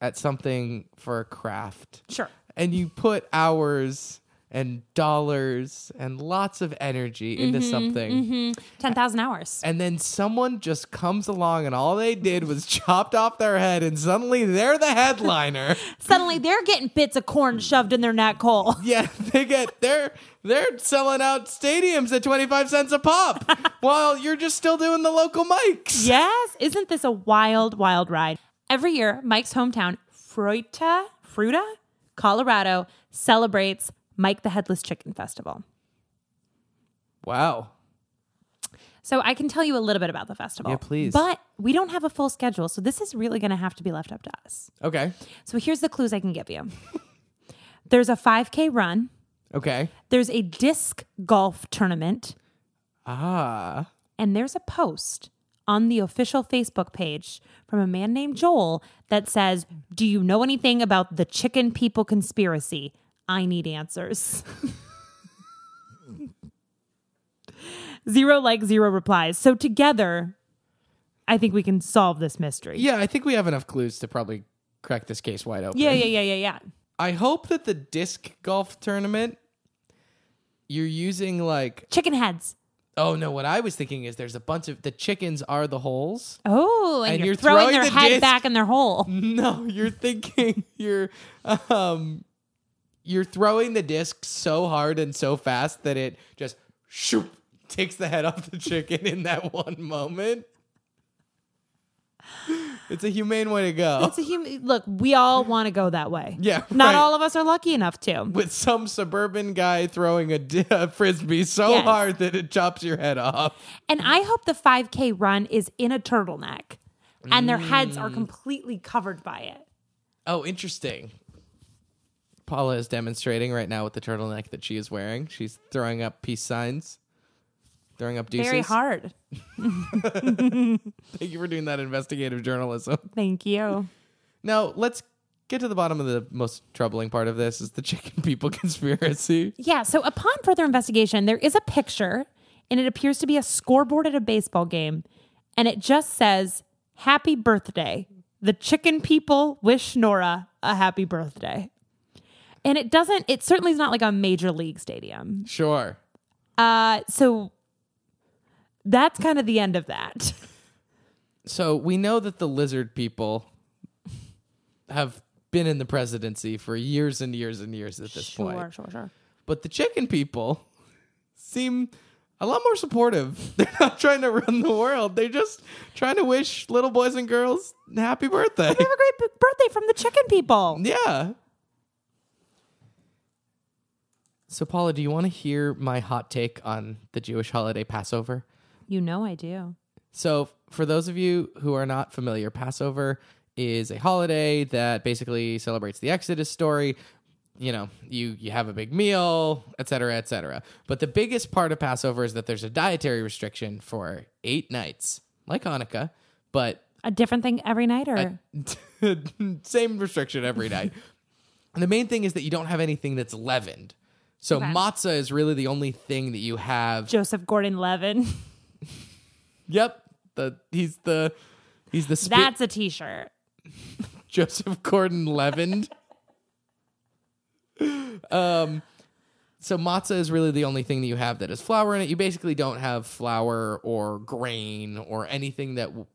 [SPEAKER 1] at something for a craft
[SPEAKER 2] sure.
[SPEAKER 1] and you put hours and dollars and lots of energy into something.
[SPEAKER 2] 10,000 hours.
[SPEAKER 1] And then someone just comes along and all they did was chopped off their head and suddenly they're the headliner.
[SPEAKER 2] Suddenly they're getting bits of corn shoved in their neck hole.
[SPEAKER 1] Yeah, they get they're they're selling out stadiums at 25 cents a pop while you're just still doing the local mics.
[SPEAKER 2] Yes, isn't this a wild, wild ride? Every year, Mike's hometown, Fruita, Fruta, Colorado, celebrates Mike the Headless Chicken Festival.
[SPEAKER 1] Wow.
[SPEAKER 2] So I can tell you a little bit about the festival.
[SPEAKER 1] Yeah, please.
[SPEAKER 2] But we don't have a full schedule, so this is really going to have to be left up to us.
[SPEAKER 1] Okay.
[SPEAKER 2] So here's the clues I can give you. There's a 5K run.
[SPEAKER 1] Okay.
[SPEAKER 2] There's a disc golf tournament.
[SPEAKER 1] Ah.
[SPEAKER 2] And there's a post on the official Facebook page from a man named Joel that says, Do you know anything about the chicken people conspiracy? I need answers. zero like, zero replies. So together, I think we can solve this mystery.
[SPEAKER 1] Yeah, I think we have enough clues to probably crack this case wide open.
[SPEAKER 2] yeah, yeah, yeah, yeah. yeah.
[SPEAKER 1] I hope that the disc golf tournament you're using like
[SPEAKER 2] Chicken heads.
[SPEAKER 1] oh no, what I was thinking is there's a bunch of the chickens are the holes.
[SPEAKER 2] Oh, and,
[SPEAKER 1] And
[SPEAKER 2] you're,
[SPEAKER 1] you're
[SPEAKER 2] throwing,
[SPEAKER 1] throwing
[SPEAKER 2] their
[SPEAKER 1] the
[SPEAKER 2] head
[SPEAKER 1] disc-
[SPEAKER 2] back in their hole.
[SPEAKER 1] No, you're thinking you're um you're throwing the disc so hard and so fast that it just shoop takes the head off the chicken in that one moment. It's a humane way to go.
[SPEAKER 2] It's a human. Look, we all want to go that way.
[SPEAKER 1] Yeah,
[SPEAKER 2] Not
[SPEAKER 1] right.
[SPEAKER 2] all of us are lucky enough to.
[SPEAKER 1] With some suburban guy throwing a, di- a frisbee so
[SPEAKER 2] Yes.
[SPEAKER 1] hard that it chops your head off.
[SPEAKER 2] And I hope the 5K run is in a turtleneck and their heads are completely covered by it.
[SPEAKER 1] Oh, interesting. Paula is demonstrating right now with the turtleneck that she is wearing. She's throwing up peace signs, throwing up deuces.
[SPEAKER 2] Very hard.
[SPEAKER 1] Thank you for doing that investigative journalism.
[SPEAKER 2] Thank you.
[SPEAKER 1] Now, let's get to the bottom of the most troubling part of this is the chicken people conspiracy.
[SPEAKER 2] Yeah, so upon further investigation, there is a picture and it appears to be a scoreboard at a baseball game and it just says, Happy birthday. The chicken people wish Nora a happy birthday. And it doesn't, it certainly is not like a major league stadium.
[SPEAKER 1] Sure.
[SPEAKER 2] Uh, so that's kind of the end of that.
[SPEAKER 1] So, we know that the lizard people have been in the presidency for years and years and years at this
[SPEAKER 2] sure,
[SPEAKER 1] point.
[SPEAKER 2] sure, sure.
[SPEAKER 1] But the chicken people seem a lot more supportive. They're not trying to run the world. They're just trying to wish little boys and girls happy birthday.
[SPEAKER 2] Have a great b- birthday from the chicken people.
[SPEAKER 1] Yeah. So, Paula, do you want to hear my hot take on the Jewish holiday Passover?
[SPEAKER 2] You know I do.
[SPEAKER 1] So, for those of you who are not familiar, Passover is a holiday that basically celebrates the Exodus story. You know, you you have a big meal, et cetera, et cetera. But the biggest part of Passover is that there's a dietary restriction for eight nights, like Hanukkah, but
[SPEAKER 2] A different thing every night, or
[SPEAKER 1] same restriction every night. And the main thing is that you don't have anything that's leavened. So
[SPEAKER 2] Okay.
[SPEAKER 1] matzah is really the only thing that you have.
[SPEAKER 2] Joseph Gordon-Levin.
[SPEAKER 1] Yep, the he's the he's the spi-
[SPEAKER 2] That's a T-shirt.
[SPEAKER 1] Joseph Gordon leavened. um, so matzah is really the only thing that you have that has flour in it. You basically don't have flour or grain or anything that, w-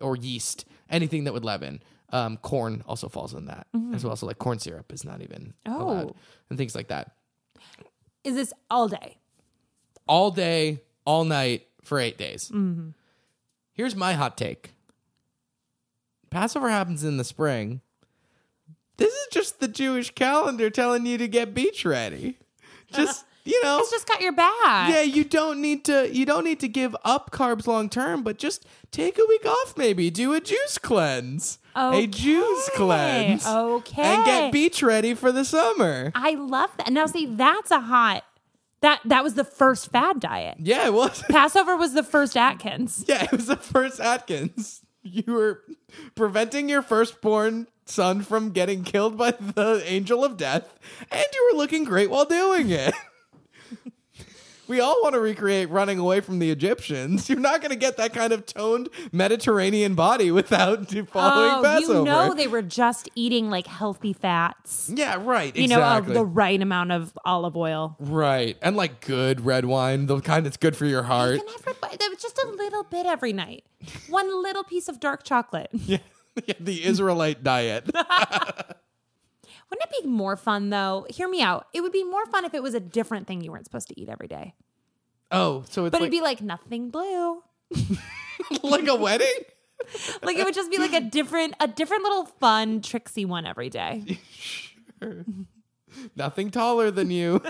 [SPEAKER 1] or yeast, anything that would leaven. Um, corn also falls in that as well. So like corn syrup is not even allowed
[SPEAKER 2] Oh.
[SPEAKER 1] and things like that.
[SPEAKER 2] Is this all day?
[SPEAKER 1] All day, all night for eight days. Here's my hot take. Passover happens in the spring. This is just the Jewish calendar telling you to get beach ready. Just you know,
[SPEAKER 2] It's just got your back.
[SPEAKER 1] yeah, you don't need to you don't need to give up carbs long term, but just take a week off maybe. Do a juice cleanse. A juice
[SPEAKER 2] Okay,
[SPEAKER 1] cleanse. And
[SPEAKER 2] okay.
[SPEAKER 1] get beach ready for the summer.
[SPEAKER 2] I love that. Now see, that's a hot. That that was the first fad diet.
[SPEAKER 1] Yeah, it was
[SPEAKER 2] Passover was the first Atkins.
[SPEAKER 1] Yeah, it was the first Atkins. You were preventing your firstborn son from getting killed by the angel of death, and you were looking great while doing it. we all want to recreate running away from the Egyptians. You're not going to get that kind of toned Mediterranean body without following
[SPEAKER 2] Oh,
[SPEAKER 1] Passover.
[SPEAKER 2] you know they were just eating like healthy fats.
[SPEAKER 1] yeah, right.
[SPEAKER 2] You
[SPEAKER 1] exactly.
[SPEAKER 2] know, of the right amount of olive oil.
[SPEAKER 1] right, and like good red wine, the kind that's good for your heart.
[SPEAKER 2] And everybody, that was just a little bit every night. One little piece of dark chocolate.
[SPEAKER 1] Yeah, the Israelite diet.
[SPEAKER 2] Wouldn't it be more fun though? Hear me out. It would be more fun if it was a different thing you weren't supposed to eat every day.
[SPEAKER 1] Oh, so it's
[SPEAKER 2] But
[SPEAKER 1] like,
[SPEAKER 2] it'd be like nothing blue.
[SPEAKER 1] like a wedding.
[SPEAKER 2] Like it would just be like a different, a different little fun, tricksy one every day.
[SPEAKER 1] Nothing taller than you.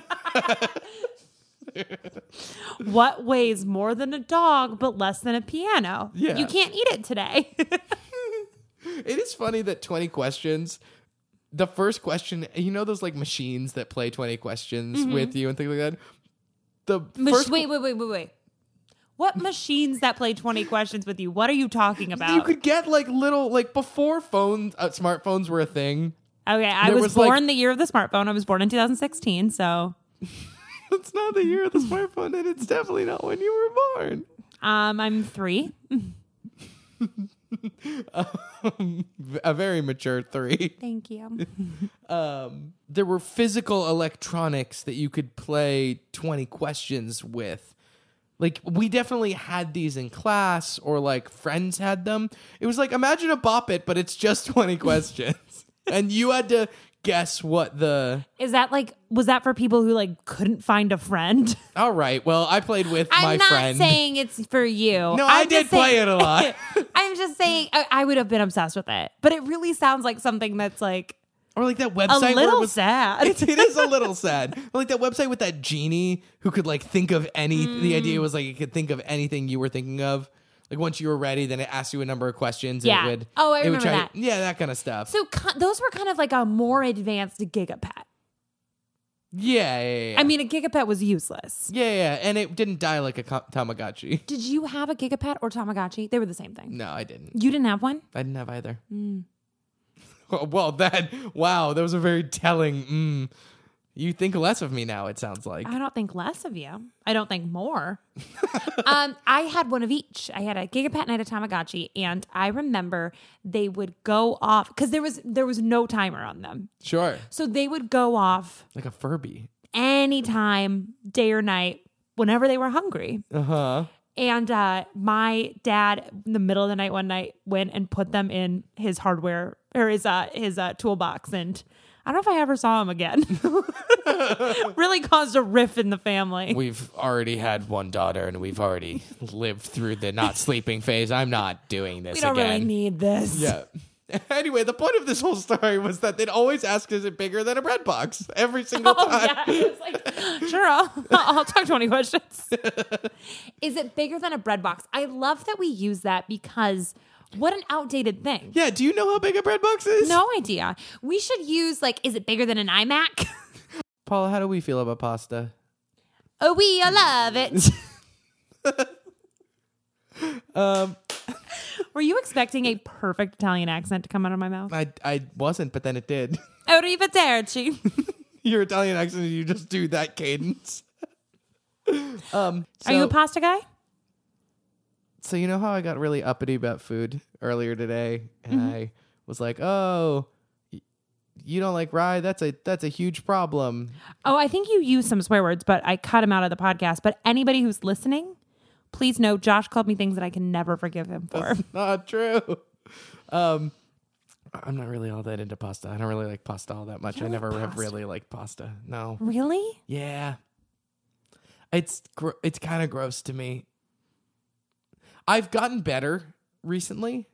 [SPEAKER 2] What weighs more than a dog but less than a piano?
[SPEAKER 1] Yeah.
[SPEAKER 2] You can't eat it today.
[SPEAKER 1] it is funny that 20 questions, the first question, you know, those like machines that play 20 questions with you and things like that? The
[SPEAKER 2] Mm-hmm. Mach-
[SPEAKER 1] first
[SPEAKER 2] wait, wait, wait, wait, wait. What machines that play 20 questions with you? What are you talking about?
[SPEAKER 1] you could get like little, like before phones, uh, smartphones were a thing.
[SPEAKER 2] okay, I
[SPEAKER 1] there
[SPEAKER 2] was,
[SPEAKER 1] was, like-
[SPEAKER 2] born the year of the smartphone. I was born in 2016, so
[SPEAKER 1] It's not the year of the smartphone, and it's definitely not when you were born.
[SPEAKER 2] um, I'm three.
[SPEAKER 1] A very mature three.
[SPEAKER 2] Thank you.
[SPEAKER 1] Um, there were physical electronics that you could play 20 questions with. Like we definitely had these in class or like friends had them. It was like imagine a bop it, but it's just 20 questions. and you had to guess what the
[SPEAKER 2] Is that like, was that for people who like couldn't find a friend?
[SPEAKER 1] All right. Well, I played with
[SPEAKER 2] I'm
[SPEAKER 1] my
[SPEAKER 2] not
[SPEAKER 1] friend.
[SPEAKER 2] saying it's for you. No,
[SPEAKER 1] I did play it a lot.
[SPEAKER 2] I'm just saying I, I would have been obsessed with it, but it really sounds like something that's like
[SPEAKER 1] or like that
[SPEAKER 2] a
[SPEAKER 1] website where it
[SPEAKER 2] little
[SPEAKER 1] was
[SPEAKER 2] sad.
[SPEAKER 1] It's, it is a little sad. Like that website with that genie who could like think of any. The
[SPEAKER 2] Mm.
[SPEAKER 1] idea was like it could think of anything you were thinking of. Like once you were ready, then it asked you a number of questions. And
[SPEAKER 2] Yeah.
[SPEAKER 1] it would,
[SPEAKER 2] Oh, I
[SPEAKER 1] it would
[SPEAKER 2] remember
[SPEAKER 1] try,
[SPEAKER 2] that.
[SPEAKER 1] Yeah, that kind of stuff.
[SPEAKER 2] So ki- those were kind of like a more advanced gigapet.
[SPEAKER 1] yeah, yeah, yeah. yeah.
[SPEAKER 2] I mean, a gigapet was useless.
[SPEAKER 1] yeah, yeah, and it didn't die like a co- Tamagotchi.
[SPEAKER 2] Did you have a gigapet or Tamagotchi? They were the same thing.
[SPEAKER 1] No, I didn't.
[SPEAKER 2] You didn't have one?
[SPEAKER 1] I didn't have either.
[SPEAKER 2] Mm.
[SPEAKER 1] Oh, well, that wow, that was a very telling. Mm, you think less of me now. It sounds like.
[SPEAKER 2] I don't think less of you. I don't think more. um, I had one of each. I had a gigapet and I had a Tamagotchi, and I remember they would go off because there was there was no timer on them,
[SPEAKER 1] Sure,
[SPEAKER 2] so they would go off
[SPEAKER 1] like a Furby.
[SPEAKER 2] anytime, day or night, whenever they were hungry.
[SPEAKER 1] Uh huh.
[SPEAKER 2] And uh, my dad, in the middle of the night one night, went and put them in his hardware or his uh, his uh, toolbox, and I don't know if I ever saw him again. really caused a rift in the family.
[SPEAKER 1] We've already had one daughter and we've already lived through the not sleeping phase. I'm not doing this
[SPEAKER 2] we don't
[SPEAKER 1] again.
[SPEAKER 2] really need this.
[SPEAKER 1] yeah. Anyway, the point of this whole story was that they'd always ask, "Is it bigger than a bread box?" Every single
[SPEAKER 2] Oh,
[SPEAKER 1] time.
[SPEAKER 2] yeah. It's like, sure, I'll, I'll talk 20 questions. Is it bigger than a bread box? I love that we use that because what an outdated thing.
[SPEAKER 1] Yeah, do you know how big a bread box is?
[SPEAKER 2] No idea. We should use, like, is it bigger than an iMac?
[SPEAKER 1] Paula, how do we feel about pasta?
[SPEAKER 2] oh, we love it.
[SPEAKER 1] Um,
[SPEAKER 2] Were you expecting a perfect Italian accent to come out of my mouth?
[SPEAKER 1] I I wasn't, but then it did.
[SPEAKER 2] Arriva Terci.
[SPEAKER 1] Your Italian accent, you just do that cadence. um, so,
[SPEAKER 2] Are you a pasta guy?
[SPEAKER 1] so you know how I got really uppity about food earlier today, and
[SPEAKER 2] Mm-hmm.
[SPEAKER 1] I was like, "Oh, y- you don't like rye? That's a that's a huge problem."
[SPEAKER 2] Oh, I think you used some swear words, but I cut him out of the podcast. But anybody who's listening, please know Josh called me things that I can never forgive him for.
[SPEAKER 1] Not true. Um, I'm not really all that into pasta. I don't really like pasta all that much. I
[SPEAKER 2] don't like
[SPEAKER 1] never have
[SPEAKER 2] pasta?
[SPEAKER 1] really liked pasta. No.
[SPEAKER 2] really?
[SPEAKER 1] Yeah. It's gr- it's kind of gross to me. I've gotten better recently.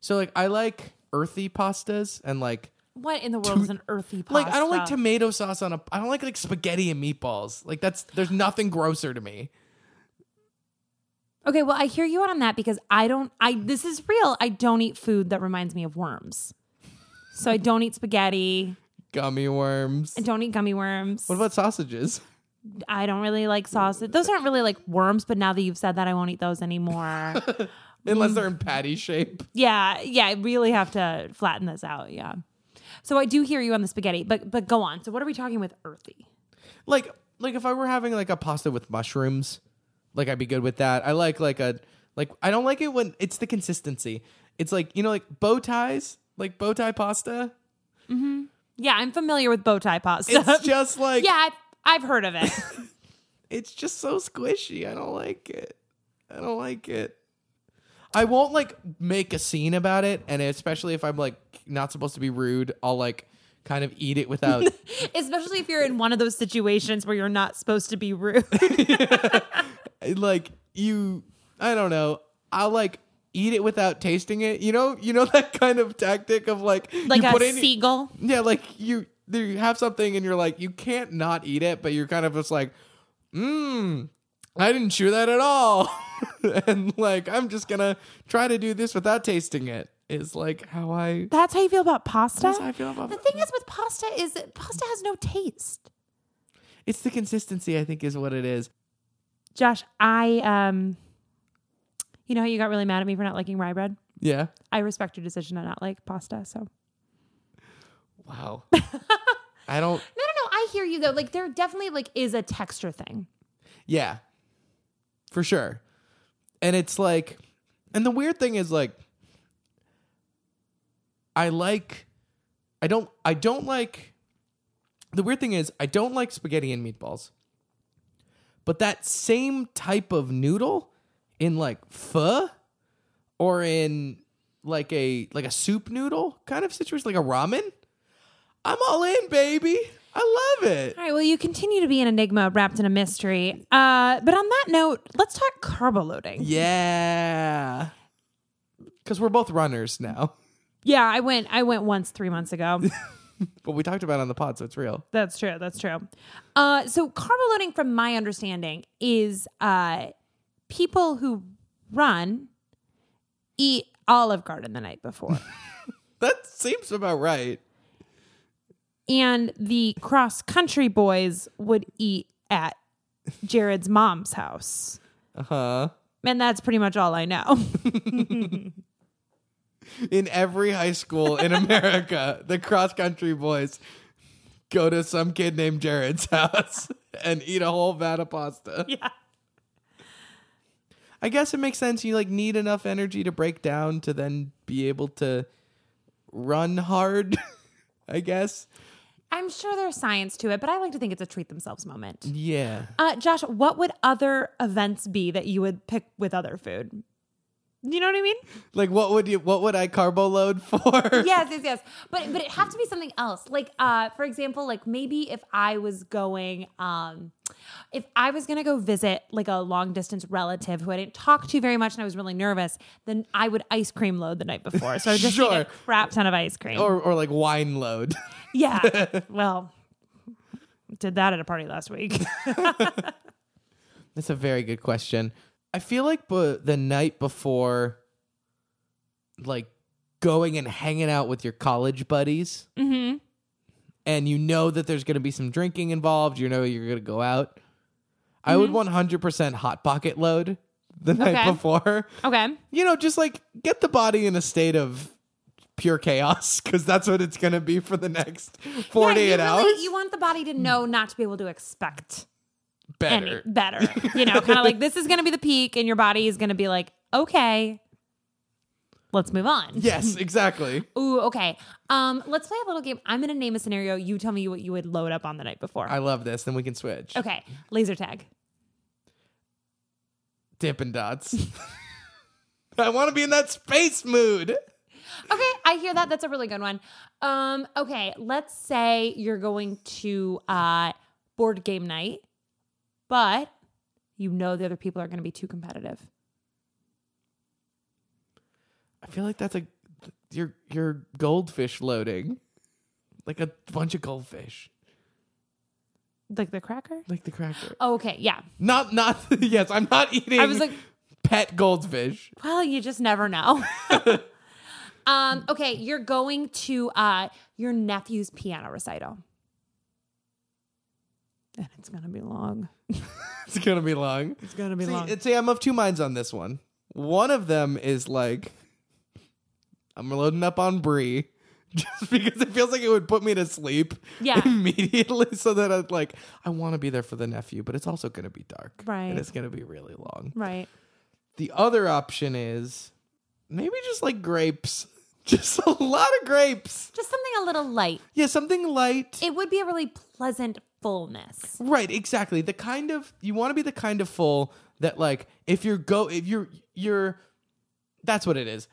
[SPEAKER 1] So like I like earthy pastas and like
[SPEAKER 2] What in the world is an earthy pasta?
[SPEAKER 1] like I don't like tomato sauce on a I don't like like spaghetti and meatballs. Like that's there's nothing grosser to me.
[SPEAKER 2] Okay, well, I hear you out on that because I don't. I this is real. I don't eat food that reminds me of worms. So I don't eat spaghetti.
[SPEAKER 1] Gummy worms.
[SPEAKER 2] I don't eat gummy worms.
[SPEAKER 1] What about sausages?
[SPEAKER 2] I don't really like sausage. Those aren't really like worms, but now that you've said that, I won't eat those anymore.
[SPEAKER 1] Unless they're in patty shape.
[SPEAKER 2] yeah, yeah, I really have to flatten this out. Yeah. So I do hear you on the spaghetti, but but go on. So what are we talking with earthy?
[SPEAKER 1] like like if I were having like a pasta with mushrooms, like I'd be good with that. I like like a like I don't like it when it's the consistency. It's like you know like bow ties, like bow tie pasta.
[SPEAKER 2] Yeah, I'm familiar with bow tie pasta.
[SPEAKER 1] It's just like
[SPEAKER 2] yeah, I've, I've heard of it.
[SPEAKER 1] it's just so squishy. I don't like it. I don't like it. I won't like make a scene about it, and especially if I'm like not supposed to be rude, I'll like kind of eat it without
[SPEAKER 2] Especially if you're in one of those situations where you're not supposed to be rude.
[SPEAKER 1] like you i don't know i'll like eat it without tasting it you know you know that kind of tactic of like
[SPEAKER 2] Like
[SPEAKER 1] you
[SPEAKER 2] a
[SPEAKER 1] put in
[SPEAKER 2] seagull.
[SPEAKER 1] yeah like you you have something and you're like you can't not eat it but you're kind of just like mmm i didn't chew that at all and like i'm just gonna try to do this without tasting it is like how i
[SPEAKER 2] That's how you feel about pasta?
[SPEAKER 1] that's how i feel about
[SPEAKER 2] the thing is with pasta is that pasta has no taste.
[SPEAKER 1] it's the consistency i think is what it is
[SPEAKER 2] Josh, I um you know how you got really mad at me for not liking rye bread?
[SPEAKER 1] yeah
[SPEAKER 2] I respect your decision to not like pasta, so
[SPEAKER 1] wow i don't
[SPEAKER 2] No, no, no. I hear you though. Like there definitely like is a texture thing.
[SPEAKER 1] Yeah. For sure. And it's like and the weird thing is like I like I don't I don't like the weird thing is I don't like spaghetti and meatballs. But that same type of noodle in like pho or in like a like a soup noodle kind of situation like a ramen I'm all in baby. I love it.
[SPEAKER 2] All right, well, you continue to be an enigma wrapped in a mystery. Uh, but on that note, let's talk carbo loading.
[SPEAKER 1] Yeah. Because we're both runners now.
[SPEAKER 2] Yeah, I went I went once three months ago.
[SPEAKER 1] But we talked about it on the pod, so it's real.
[SPEAKER 2] That's true. That's true. Uh, so carbo loading, from my understanding, is uh, people who run eat Olive Garden the night before,
[SPEAKER 1] That seems about right.
[SPEAKER 2] and the cross country boys would eat at Jared's mom's house,
[SPEAKER 1] Uh huh.
[SPEAKER 2] and that's pretty much all I know.
[SPEAKER 1] In every high school in America, the cross country boys go to some kid named Jared's house and eat a whole vat of pasta.
[SPEAKER 2] yeah.
[SPEAKER 1] I guess it makes sense. You like need enough energy to break down to then be able to run hard. I guess.
[SPEAKER 2] I'm sure there's science to it, but I like to think it's a treat themselves moment.
[SPEAKER 1] Yeah.
[SPEAKER 2] Uh, Josh, what would other events be that you would pick with other food? You know what I mean?
[SPEAKER 1] Like what would you what would I carbo load for?
[SPEAKER 2] yes, yes, yes. But but it have to be something else. Like uh, for example, like maybe if I was going, um, if I was gonna go visit like a long distance relative who I didn't talk to very much and I was really nervous, then I would ice cream load the night before. So I would just eat
[SPEAKER 1] Sure.
[SPEAKER 2] a crap ton of ice cream.
[SPEAKER 1] Or or like wine load.
[SPEAKER 2] yeah. well, did that at a party last week.
[SPEAKER 1] That's a very good question. I feel like bu- the night before, like going and hanging out with your college buddies, mm-hmm. and you know that there's going to be some drinking involved. You know you're going to go out. I would 100% hot pocket load the night
[SPEAKER 2] Okay.
[SPEAKER 1] before.
[SPEAKER 2] okay.
[SPEAKER 1] You know, just like get the body in a state of pure chaos because that's what it's going to be for the next 48
[SPEAKER 2] yeah, you
[SPEAKER 1] hours.
[SPEAKER 2] really- You want the body to know not to be able to expect
[SPEAKER 1] Better.
[SPEAKER 2] any better. You know, kind of like this is going to be the peak, and your body is going to be like, okay, let's move on.
[SPEAKER 1] Yes, exactly.
[SPEAKER 2] Ooh, okay. Um, let's play a little game. I'm going to name a scenario. You tell me what you would load up on the night before.
[SPEAKER 1] I love this. Then we can switch.
[SPEAKER 2] okay, laser tag.
[SPEAKER 1] Dippin' Dots. I want to be in that space mood.
[SPEAKER 2] Okay, I hear that. That's a really good one. Um, okay, let's say you're going to uh, board game night, but you know the other people are going to be too competitive.
[SPEAKER 1] I feel like that's a your your goldfish loading, like a bunch of goldfish,
[SPEAKER 2] Like the cracker?
[SPEAKER 1] like the cracker.
[SPEAKER 2] Oh, okay, yeah.
[SPEAKER 1] Not not yes. I'm not eating.
[SPEAKER 2] I was like,
[SPEAKER 1] pet goldfish.
[SPEAKER 2] Well, you just never know. um, okay, you're going to uh, your nephew's piano recital. And it's gonna be long.
[SPEAKER 1] It's gonna be long.
[SPEAKER 2] It's gonna be
[SPEAKER 1] See, it- see, I'm of two minds on this one. One of them is like, I'm loading up on brie, just because it feels like it would put me to sleep
[SPEAKER 2] Yeah.
[SPEAKER 1] immediately. So that I'd like, I want to be there for the nephew, but it's also going to be dark,
[SPEAKER 2] Right.
[SPEAKER 1] And it's going to be really long.
[SPEAKER 2] Right.
[SPEAKER 1] The other option is maybe just like grapes, just a lot of grapes.
[SPEAKER 2] Just something a little light.
[SPEAKER 1] Yeah, something light.
[SPEAKER 2] It would be a really pleasant fullness.
[SPEAKER 1] Right, exactly. The kind of you want to be the kind of full that like if you're go if you're you're that's what it is.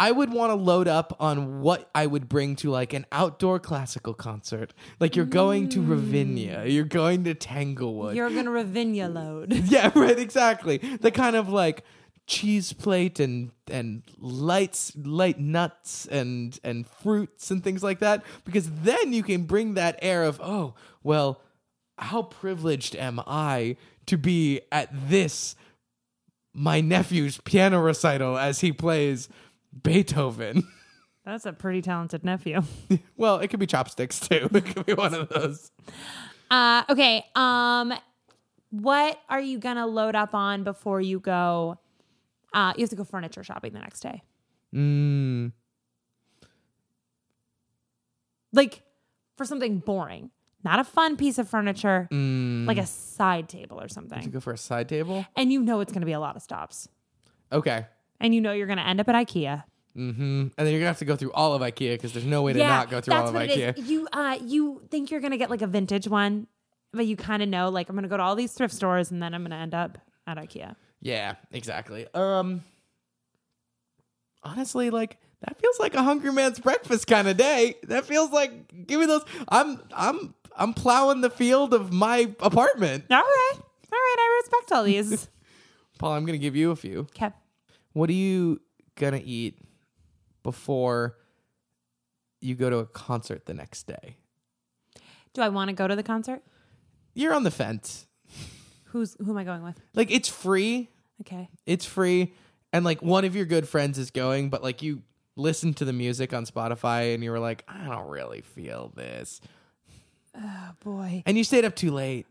[SPEAKER 1] I would want to load up on what I would bring to like an outdoor classical concert. Like you're going to Ravinia, you're going to Tanglewood.
[SPEAKER 2] You're gonna Ravinia load.
[SPEAKER 1] yeah, right, exactly. The kind of like cheese plate and and lights light nuts and and fruits and things like that because then you can bring that air of oh well how privileged am i to be at this my nephew's piano recital as he plays beethoven
[SPEAKER 2] That's a pretty talented nephew.
[SPEAKER 1] well it could be chopsticks too it could be one of those
[SPEAKER 2] Uh, okay. Um, what are you gonna load up on before you go? Uh, you have to go furniture shopping the next day.
[SPEAKER 1] mm,
[SPEAKER 2] like for something boring, not a fun piece of furniture,
[SPEAKER 1] mm.
[SPEAKER 2] like a side table or
[SPEAKER 1] to
[SPEAKER 2] something.
[SPEAKER 1] go for a side table
[SPEAKER 2] And you know it's going to be a lot of stops.
[SPEAKER 1] okay
[SPEAKER 2] And you know you're going to end up at IKEA.
[SPEAKER 1] Mm-hmm. And then you're gonna have to go through all of IKEA because there's no way to not go through all
[SPEAKER 2] that's
[SPEAKER 1] of
[SPEAKER 2] what
[SPEAKER 1] IKEA.
[SPEAKER 2] it is. You uh, you think you're going to get like a vintage one, but you kind of know like I'm going to go to all these thrift stores and then I'm going to end up at IKEA.
[SPEAKER 1] Yeah, exactly. Um, honestly, like that feels like a hungry man's breakfast kind of day. That feels like give me those. I'm I'm I'm plowing the field of my apartment.
[SPEAKER 2] All right, all right, I respect all these.
[SPEAKER 1] Paul, I'm gonna give you a few.
[SPEAKER 2] okay,
[SPEAKER 1] What are you gonna eat before you go to a concert the next day?
[SPEAKER 2] do I want to go to the concert?
[SPEAKER 1] You're on the fence.
[SPEAKER 2] Who's who am I going with?
[SPEAKER 1] Like it's free.
[SPEAKER 2] Okay,
[SPEAKER 1] It's free. And like one of your good friends is going, but like you listened to the music on Spotify and you were like, I don't really feel this.
[SPEAKER 2] oh boy,
[SPEAKER 1] And you stayed up too late.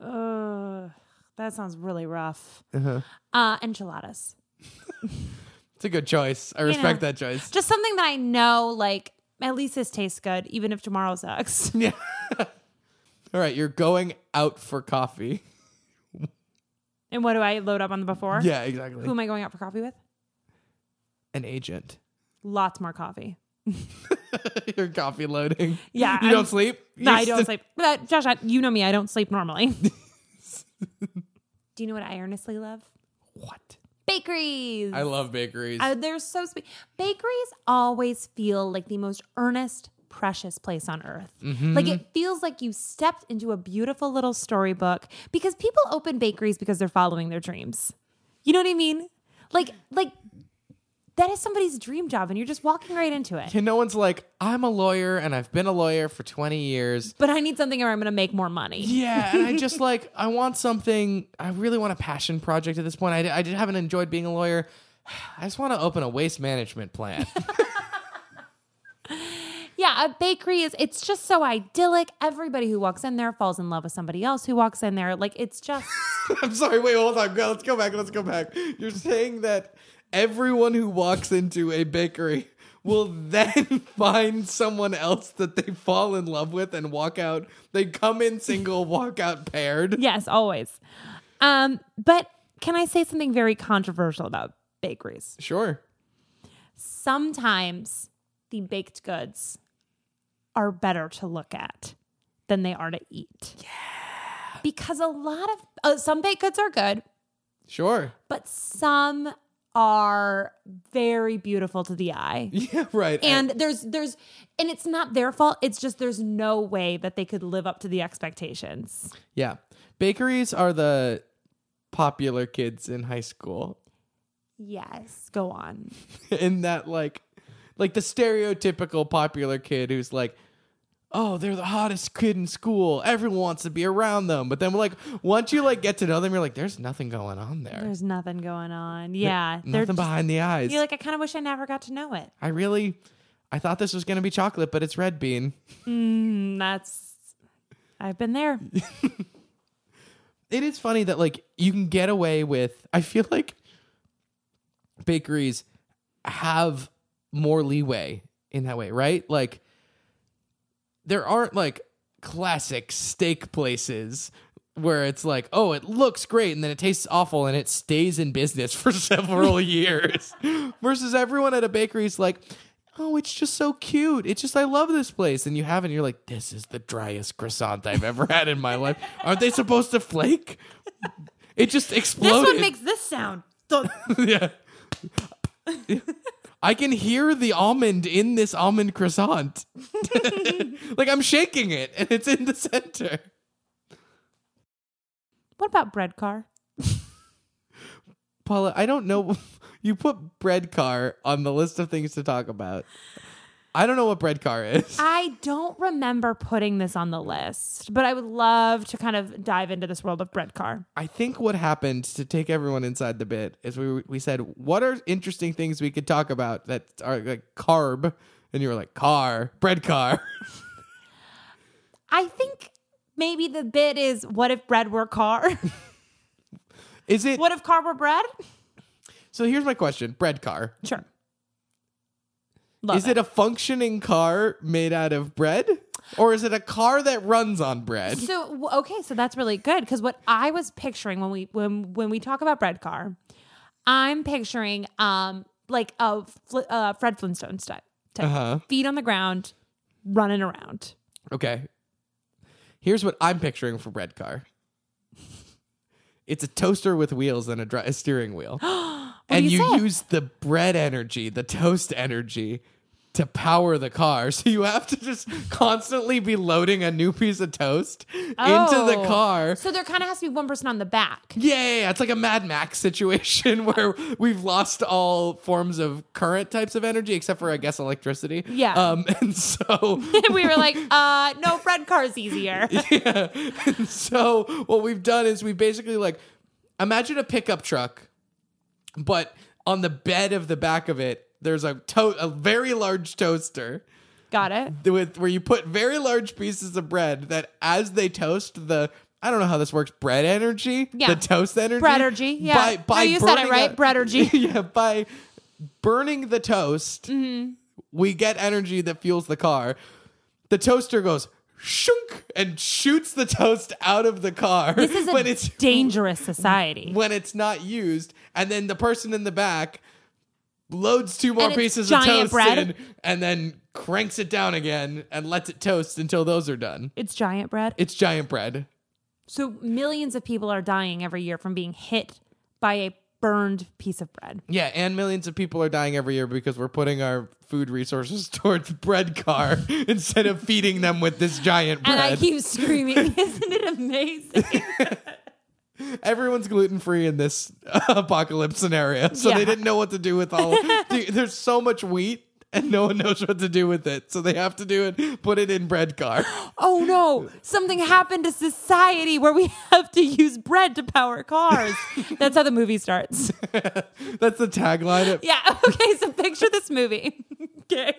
[SPEAKER 2] Ugh, that sounds really rough.
[SPEAKER 1] Uh-huh.
[SPEAKER 2] Uh, enchiladas.
[SPEAKER 1] It's a good choice. I
[SPEAKER 2] know.
[SPEAKER 1] respect that choice.
[SPEAKER 2] just something that I know, like at least this tastes good, even if tomorrow sucks.
[SPEAKER 1] Yeah. All right, you're going out for coffee.
[SPEAKER 2] and what do I load up on the before?
[SPEAKER 1] Yeah,
[SPEAKER 2] Who
[SPEAKER 1] exactly.
[SPEAKER 2] am I going out for coffee with?
[SPEAKER 1] An agent.
[SPEAKER 2] Lots more coffee.
[SPEAKER 1] Your coffee loading.
[SPEAKER 2] Yeah,
[SPEAKER 1] You
[SPEAKER 2] I'm-
[SPEAKER 1] don't sleep?
[SPEAKER 2] No,
[SPEAKER 1] You're
[SPEAKER 2] I don't
[SPEAKER 1] st-
[SPEAKER 2] sleep. But Josh, I, you know me. I don't sleep normally. do you know what I earnestly love?
[SPEAKER 1] What?
[SPEAKER 2] bakeries.
[SPEAKER 1] I love bakeries.
[SPEAKER 2] Uh, they're so sweet. Bakeries always feel like the most earnest, precious place on earth. Like it feels like you stepped into a beautiful little storybook because people open bakeries because they're following their dreams. You know what I mean? Like, like that is somebody's dream job, and you're just walking right into it.
[SPEAKER 1] and no one's like, I'm a lawyer and I've been a lawyer for 20 years.
[SPEAKER 2] But I need something where I'm going to make more money.
[SPEAKER 1] Yeah, and I just like, I want something. I really want a passion project at this point. I, I just haven't enjoyed being a lawyer. I just want to open a waste management plant.
[SPEAKER 2] Yeah, a bakery is. It's just so idyllic. Everybody who walks in there falls in love with somebody else who walks in there. Like it's just.
[SPEAKER 1] I'm sorry. Wait, hold on. Go, let's go back. Let's go back. You're saying that everyone who walks into a bakery will then find someone else that they fall in love with and walk out. They come in single, walk out paired.
[SPEAKER 2] Yes, always. Um, but can I say something very controversial about bakeries?
[SPEAKER 1] Sure.
[SPEAKER 2] Sometimes the baked goods are better to look at than they are to eat. Yeah. Because a lot of uh, some baked goods are good,
[SPEAKER 1] Sure.
[SPEAKER 2] but some are very beautiful to the eye.
[SPEAKER 1] Yeah, right.
[SPEAKER 2] And there's there's and it's not their fault. It's just there's no way that they could live up to the expectations.
[SPEAKER 1] yeah. Bakeries are the popular kids in high school.
[SPEAKER 2] Yes, go on.
[SPEAKER 1] in that like like the stereotypical popular kid who's like oh they're the hottest kid in school everyone wants to be around them but then like once you like get to know them you're like there's nothing going on there
[SPEAKER 2] There's nothing going on. Yeah. they're
[SPEAKER 1] nothing
[SPEAKER 2] just-
[SPEAKER 1] behind the eyes
[SPEAKER 2] You're like, I kind of wish I never got to know it.
[SPEAKER 1] i really i thought this was going to be chocolate but it's red bean Mm,
[SPEAKER 2] And that's, I've been there.
[SPEAKER 1] it is funny that like you can get away with i feel like bakeries have more leeway in that way right like there aren't like classic steak places where it's like oh it looks great and then it tastes awful and it stays in business for several years versus everyone at a bakery is like oh it's just so cute it's just i love this place and you have it and you're like this is the driest croissant i've ever had in my life aren't they supposed to flake it just
[SPEAKER 2] This
[SPEAKER 1] exploded
[SPEAKER 2] one makes this sound. Th-
[SPEAKER 1] yeah. I can hear the almond in this almond croissant. like I'm shaking it and it's in the center.
[SPEAKER 2] what about bread car?
[SPEAKER 1] Paula, I don't know. You put bread car on the list of things to talk about. I don't know what bread car is.
[SPEAKER 2] I don't remember putting this on the list, but I would love to kind of dive into this world of bread car.
[SPEAKER 1] I think what happened to take everyone inside the bit is we we said what are interesting things we could talk about that are like carb, and you were like car, bread car.
[SPEAKER 2] I think maybe the bit is what if bread were car?
[SPEAKER 1] Is it?
[SPEAKER 2] what if car were bread?
[SPEAKER 1] So here's my question: bread car.
[SPEAKER 2] Sure. Love
[SPEAKER 1] is it. a functioning car made out of bread? Or is it a car that runs on bread?
[SPEAKER 2] So w- okay, so that's really good because what I was picturing when we when when we talk about bread car, I'm picturing um like a Fl- uh, Fred Flintstone type, type.
[SPEAKER 1] Uh-huh.
[SPEAKER 2] feet on the ground, running around.
[SPEAKER 1] Okay. Here's what I'm picturing for bread car. It's a toaster with wheels and a, dri- a steering wheel. and
[SPEAKER 2] do you
[SPEAKER 1] you
[SPEAKER 2] say?
[SPEAKER 1] use the bread energy, the toast energy to power the car. So you have to just constantly be loading a new piece of toast into
[SPEAKER 2] Oh.
[SPEAKER 1] the car.
[SPEAKER 2] So there kind of has to be one person on the back.
[SPEAKER 1] Yeah, yeah, yeah, it's like a Mad Max situation where we've lost all forms of current types of energy except for, I guess, electricity.
[SPEAKER 2] Yeah.
[SPEAKER 1] Um, and so,
[SPEAKER 2] we were like, uh, no, bread car's easier.
[SPEAKER 1] yeah. And so, what we've done is we basically like imagine a pickup truck, but on the bed of the back of it, there's a to- a very large toaster
[SPEAKER 2] Got it.
[SPEAKER 1] with where you put very large pieces of bread that as they toast the I don't know how this works. Bread energy,
[SPEAKER 2] Yeah.
[SPEAKER 1] the toast energy,
[SPEAKER 2] Breadergy, yeah.
[SPEAKER 1] By,
[SPEAKER 2] No,
[SPEAKER 1] by
[SPEAKER 2] you said it
[SPEAKER 1] burning
[SPEAKER 2] right,
[SPEAKER 1] a-
[SPEAKER 2] breadergy.
[SPEAKER 1] yeah, by burning the toast,
[SPEAKER 2] Mm-hmm.
[SPEAKER 1] we get energy that fuels the car. The toaster goes shunk and shoots the toast out of the car
[SPEAKER 2] This is a
[SPEAKER 1] when it's
[SPEAKER 2] dangerous society.
[SPEAKER 1] when it's not used, and then the person in the back loads two more
[SPEAKER 2] And it's
[SPEAKER 1] pieces of
[SPEAKER 2] giant
[SPEAKER 1] toast
[SPEAKER 2] bread.
[SPEAKER 1] in, and then cranks it down again and lets it toast until those are done.
[SPEAKER 2] It's giant bread.
[SPEAKER 1] It's giant bread.
[SPEAKER 2] So millions of people are dying every year from being hit by a burned piece of bread.
[SPEAKER 1] Yeah, and millions of people are dying every year because we're putting our food resources towards bread car instead of feeding them with this giant bread.
[SPEAKER 2] And I keep screaming, isn't it amazing?
[SPEAKER 1] Everyone's gluten free in this apocalypse scenario, so they
[SPEAKER 2] Yeah.
[SPEAKER 1] didn't know what to do with all. Dude, There's so much wheat, and no one knows what to do with it, so they have to do it. Put it in bread car.
[SPEAKER 2] oh no, something happened to society where we have to use bread to power cars. That's how the movie starts.
[SPEAKER 1] That's the tagline. It-
[SPEAKER 2] Yeah. Okay. So picture this movie. okay.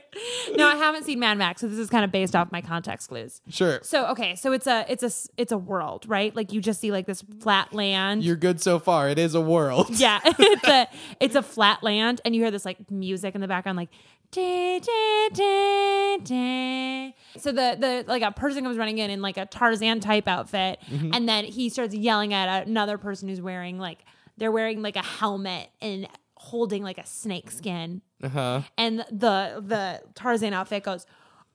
[SPEAKER 2] No, I haven't seen Mad Max, so this is kind of based off my context clues.
[SPEAKER 1] Sure,
[SPEAKER 2] So okay, so it's a it's a s- it's a world, right? Like you just see like this flat land.
[SPEAKER 1] you're good so far. It is a world.
[SPEAKER 2] yeah, it's a it's a flat land, and you hear this like music in the background, like. "Dee, dee, dee, dee." So the the like a person comes running in in like a Tarzan type outfit, and then he starts yelling at another person who's wearing like they're wearing like a helmet and holding like a snake skin
[SPEAKER 1] Uh-huh.
[SPEAKER 2] and the the Tarzan outfit goes,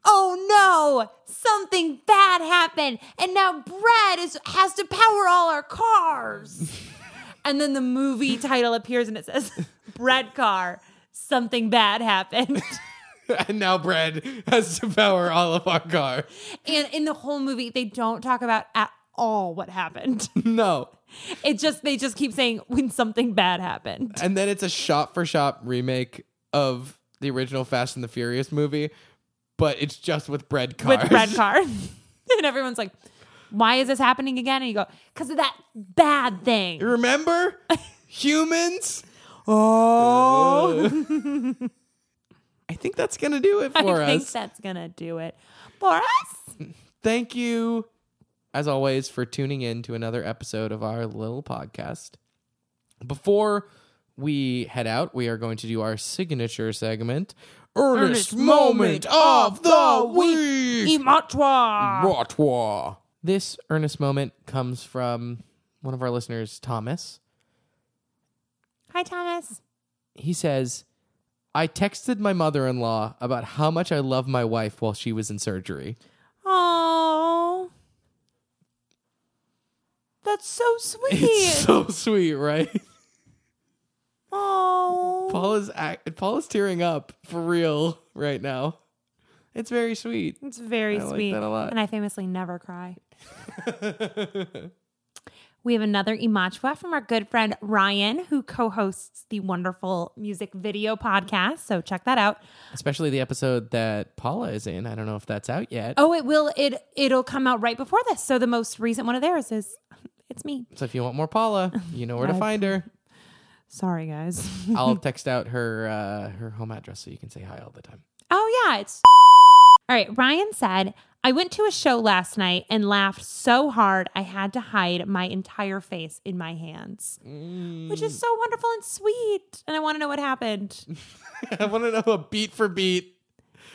[SPEAKER 2] "Oh no, something bad happened, and now bread is has to power all our cars." and then the movie title appears and it says, "Bread car, something bad happened."
[SPEAKER 1] And now bread has to power all of our car.
[SPEAKER 2] and in the whole movie, they don't talk about at all what happened.
[SPEAKER 1] No,
[SPEAKER 2] It just they just keep saying when something bad happened.
[SPEAKER 1] and then it's a shot for shot remake of the original Fast and the Furious movie, but it's just with bread cars.
[SPEAKER 2] with red car. and everyone's like, why is this happening again? And you go, because of that bad thing.
[SPEAKER 1] Remember? Humans?
[SPEAKER 2] Oh,
[SPEAKER 1] I think that's going to do it
[SPEAKER 2] I
[SPEAKER 1] for
[SPEAKER 2] think
[SPEAKER 1] us.
[SPEAKER 2] that's gonna do it for us.
[SPEAKER 1] Thank you, as always, for tuning in to another episode of our little podcast. Before we head out, we are going to do our signature segment Earnest,
[SPEAKER 2] Earnest
[SPEAKER 1] Moment
[SPEAKER 2] Moment
[SPEAKER 1] of
[SPEAKER 2] of
[SPEAKER 1] the
[SPEAKER 2] the
[SPEAKER 1] Week.
[SPEAKER 2] Imatwa.
[SPEAKER 1] Rotwa. This earnest moment comes from one of our listeners, Thomas.
[SPEAKER 2] Hi, Thomas.
[SPEAKER 1] He says, I texted my mother in law about how much I love my wife while she was in surgery.
[SPEAKER 2] Oh, that's so
[SPEAKER 1] It's
[SPEAKER 2] sweet.
[SPEAKER 1] so sweet, right?
[SPEAKER 2] Oh,
[SPEAKER 1] Paul is, act- Paul is tearing up for real right now. It's very sweet.
[SPEAKER 2] it's very
[SPEAKER 1] I like
[SPEAKER 2] sweet.
[SPEAKER 1] that a lot.
[SPEAKER 2] And I famously never cry. We have another Imachwa from our good friend Ryan, who co hosts the wonderful music video podcast. So check that out.
[SPEAKER 1] Especially the episode that Paula is in. I don't know if that's out yet.
[SPEAKER 2] Oh, it will it it'll come out right before this. So the most recent one of theirs is it's me.
[SPEAKER 1] So if you want more Paula, you know where to
[SPEAKER 2] I-
[SPEAKER 1] find her.
[SPEAKER 2] Sorry guys.
[SPEAKER 1] I'll text out her uh, her home address so you can say hi all the time.
[SPEAKER 2] oh yeah, it's All right, Ryan said, "I went to a show last night and laughed so hard I had to hide my entire face in my hands." Which
[SPEAKER 1] Mm.
[SPEAKER 2] is so wonderful and sweet. And I want to know what happened.
[SPEAKER 1] I want to know a beat for beat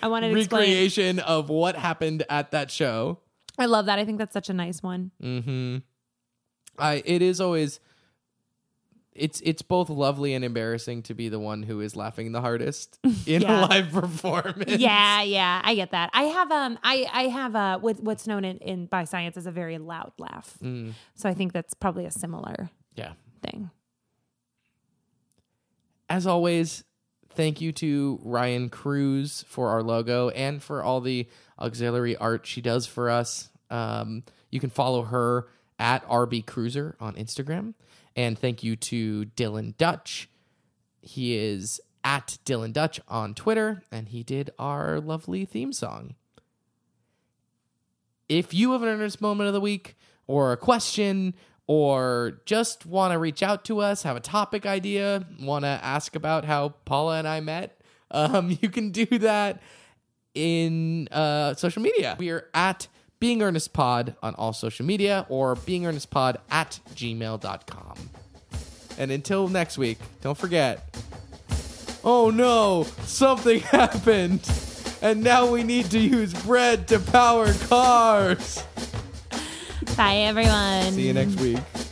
[SPEAKER 2] I wanted to explain.
[SPEAKER 1] recreation of what happened at that show.
[SPEAKER 2] I love that. I think that's such a nice one.
[SPEAKER 1] Mm-hmm. I it is always it's it's both lovely and embarrassing to be the one who is laughing the hardest in a
[SPEAKER 2] Yeah.
[SPEAKER 1] live performance.
[SPEAKER 2] yeah yeah i get that i have um i i have uh with what's known in, in by science as a very loud laugh
[SPEAKER 1] Mm.
[SPEAKER 2] so i think that's probably a similar
[SPEAKER 1] Yeah.
[SPEAKER 2] thing
[SPEAKER 1] As always, thank you to Ryan Cruz for our logo and for all the auxiliary art she does for us. Um, you can follow her at RB Cruiser on Instagram. And thank you to Dylan Dutch. He is at Dylan Dutch on Twitter, and he did our lovely theme song. If you have an earnest moment of the week, or a question, or just want to reach out to us, have a topic idea, want to ask about how Paula and I met, um, you can do that in uh, social media. We are at Being Earnest Pod on all social media or Being Earnest Pod at gmail.com. And until next week, don't forget. Oh no, something happened. And now we need to use bread to power cars.
[SPEAKER 2] bye everyone
[SPEAKER 1] See you next week.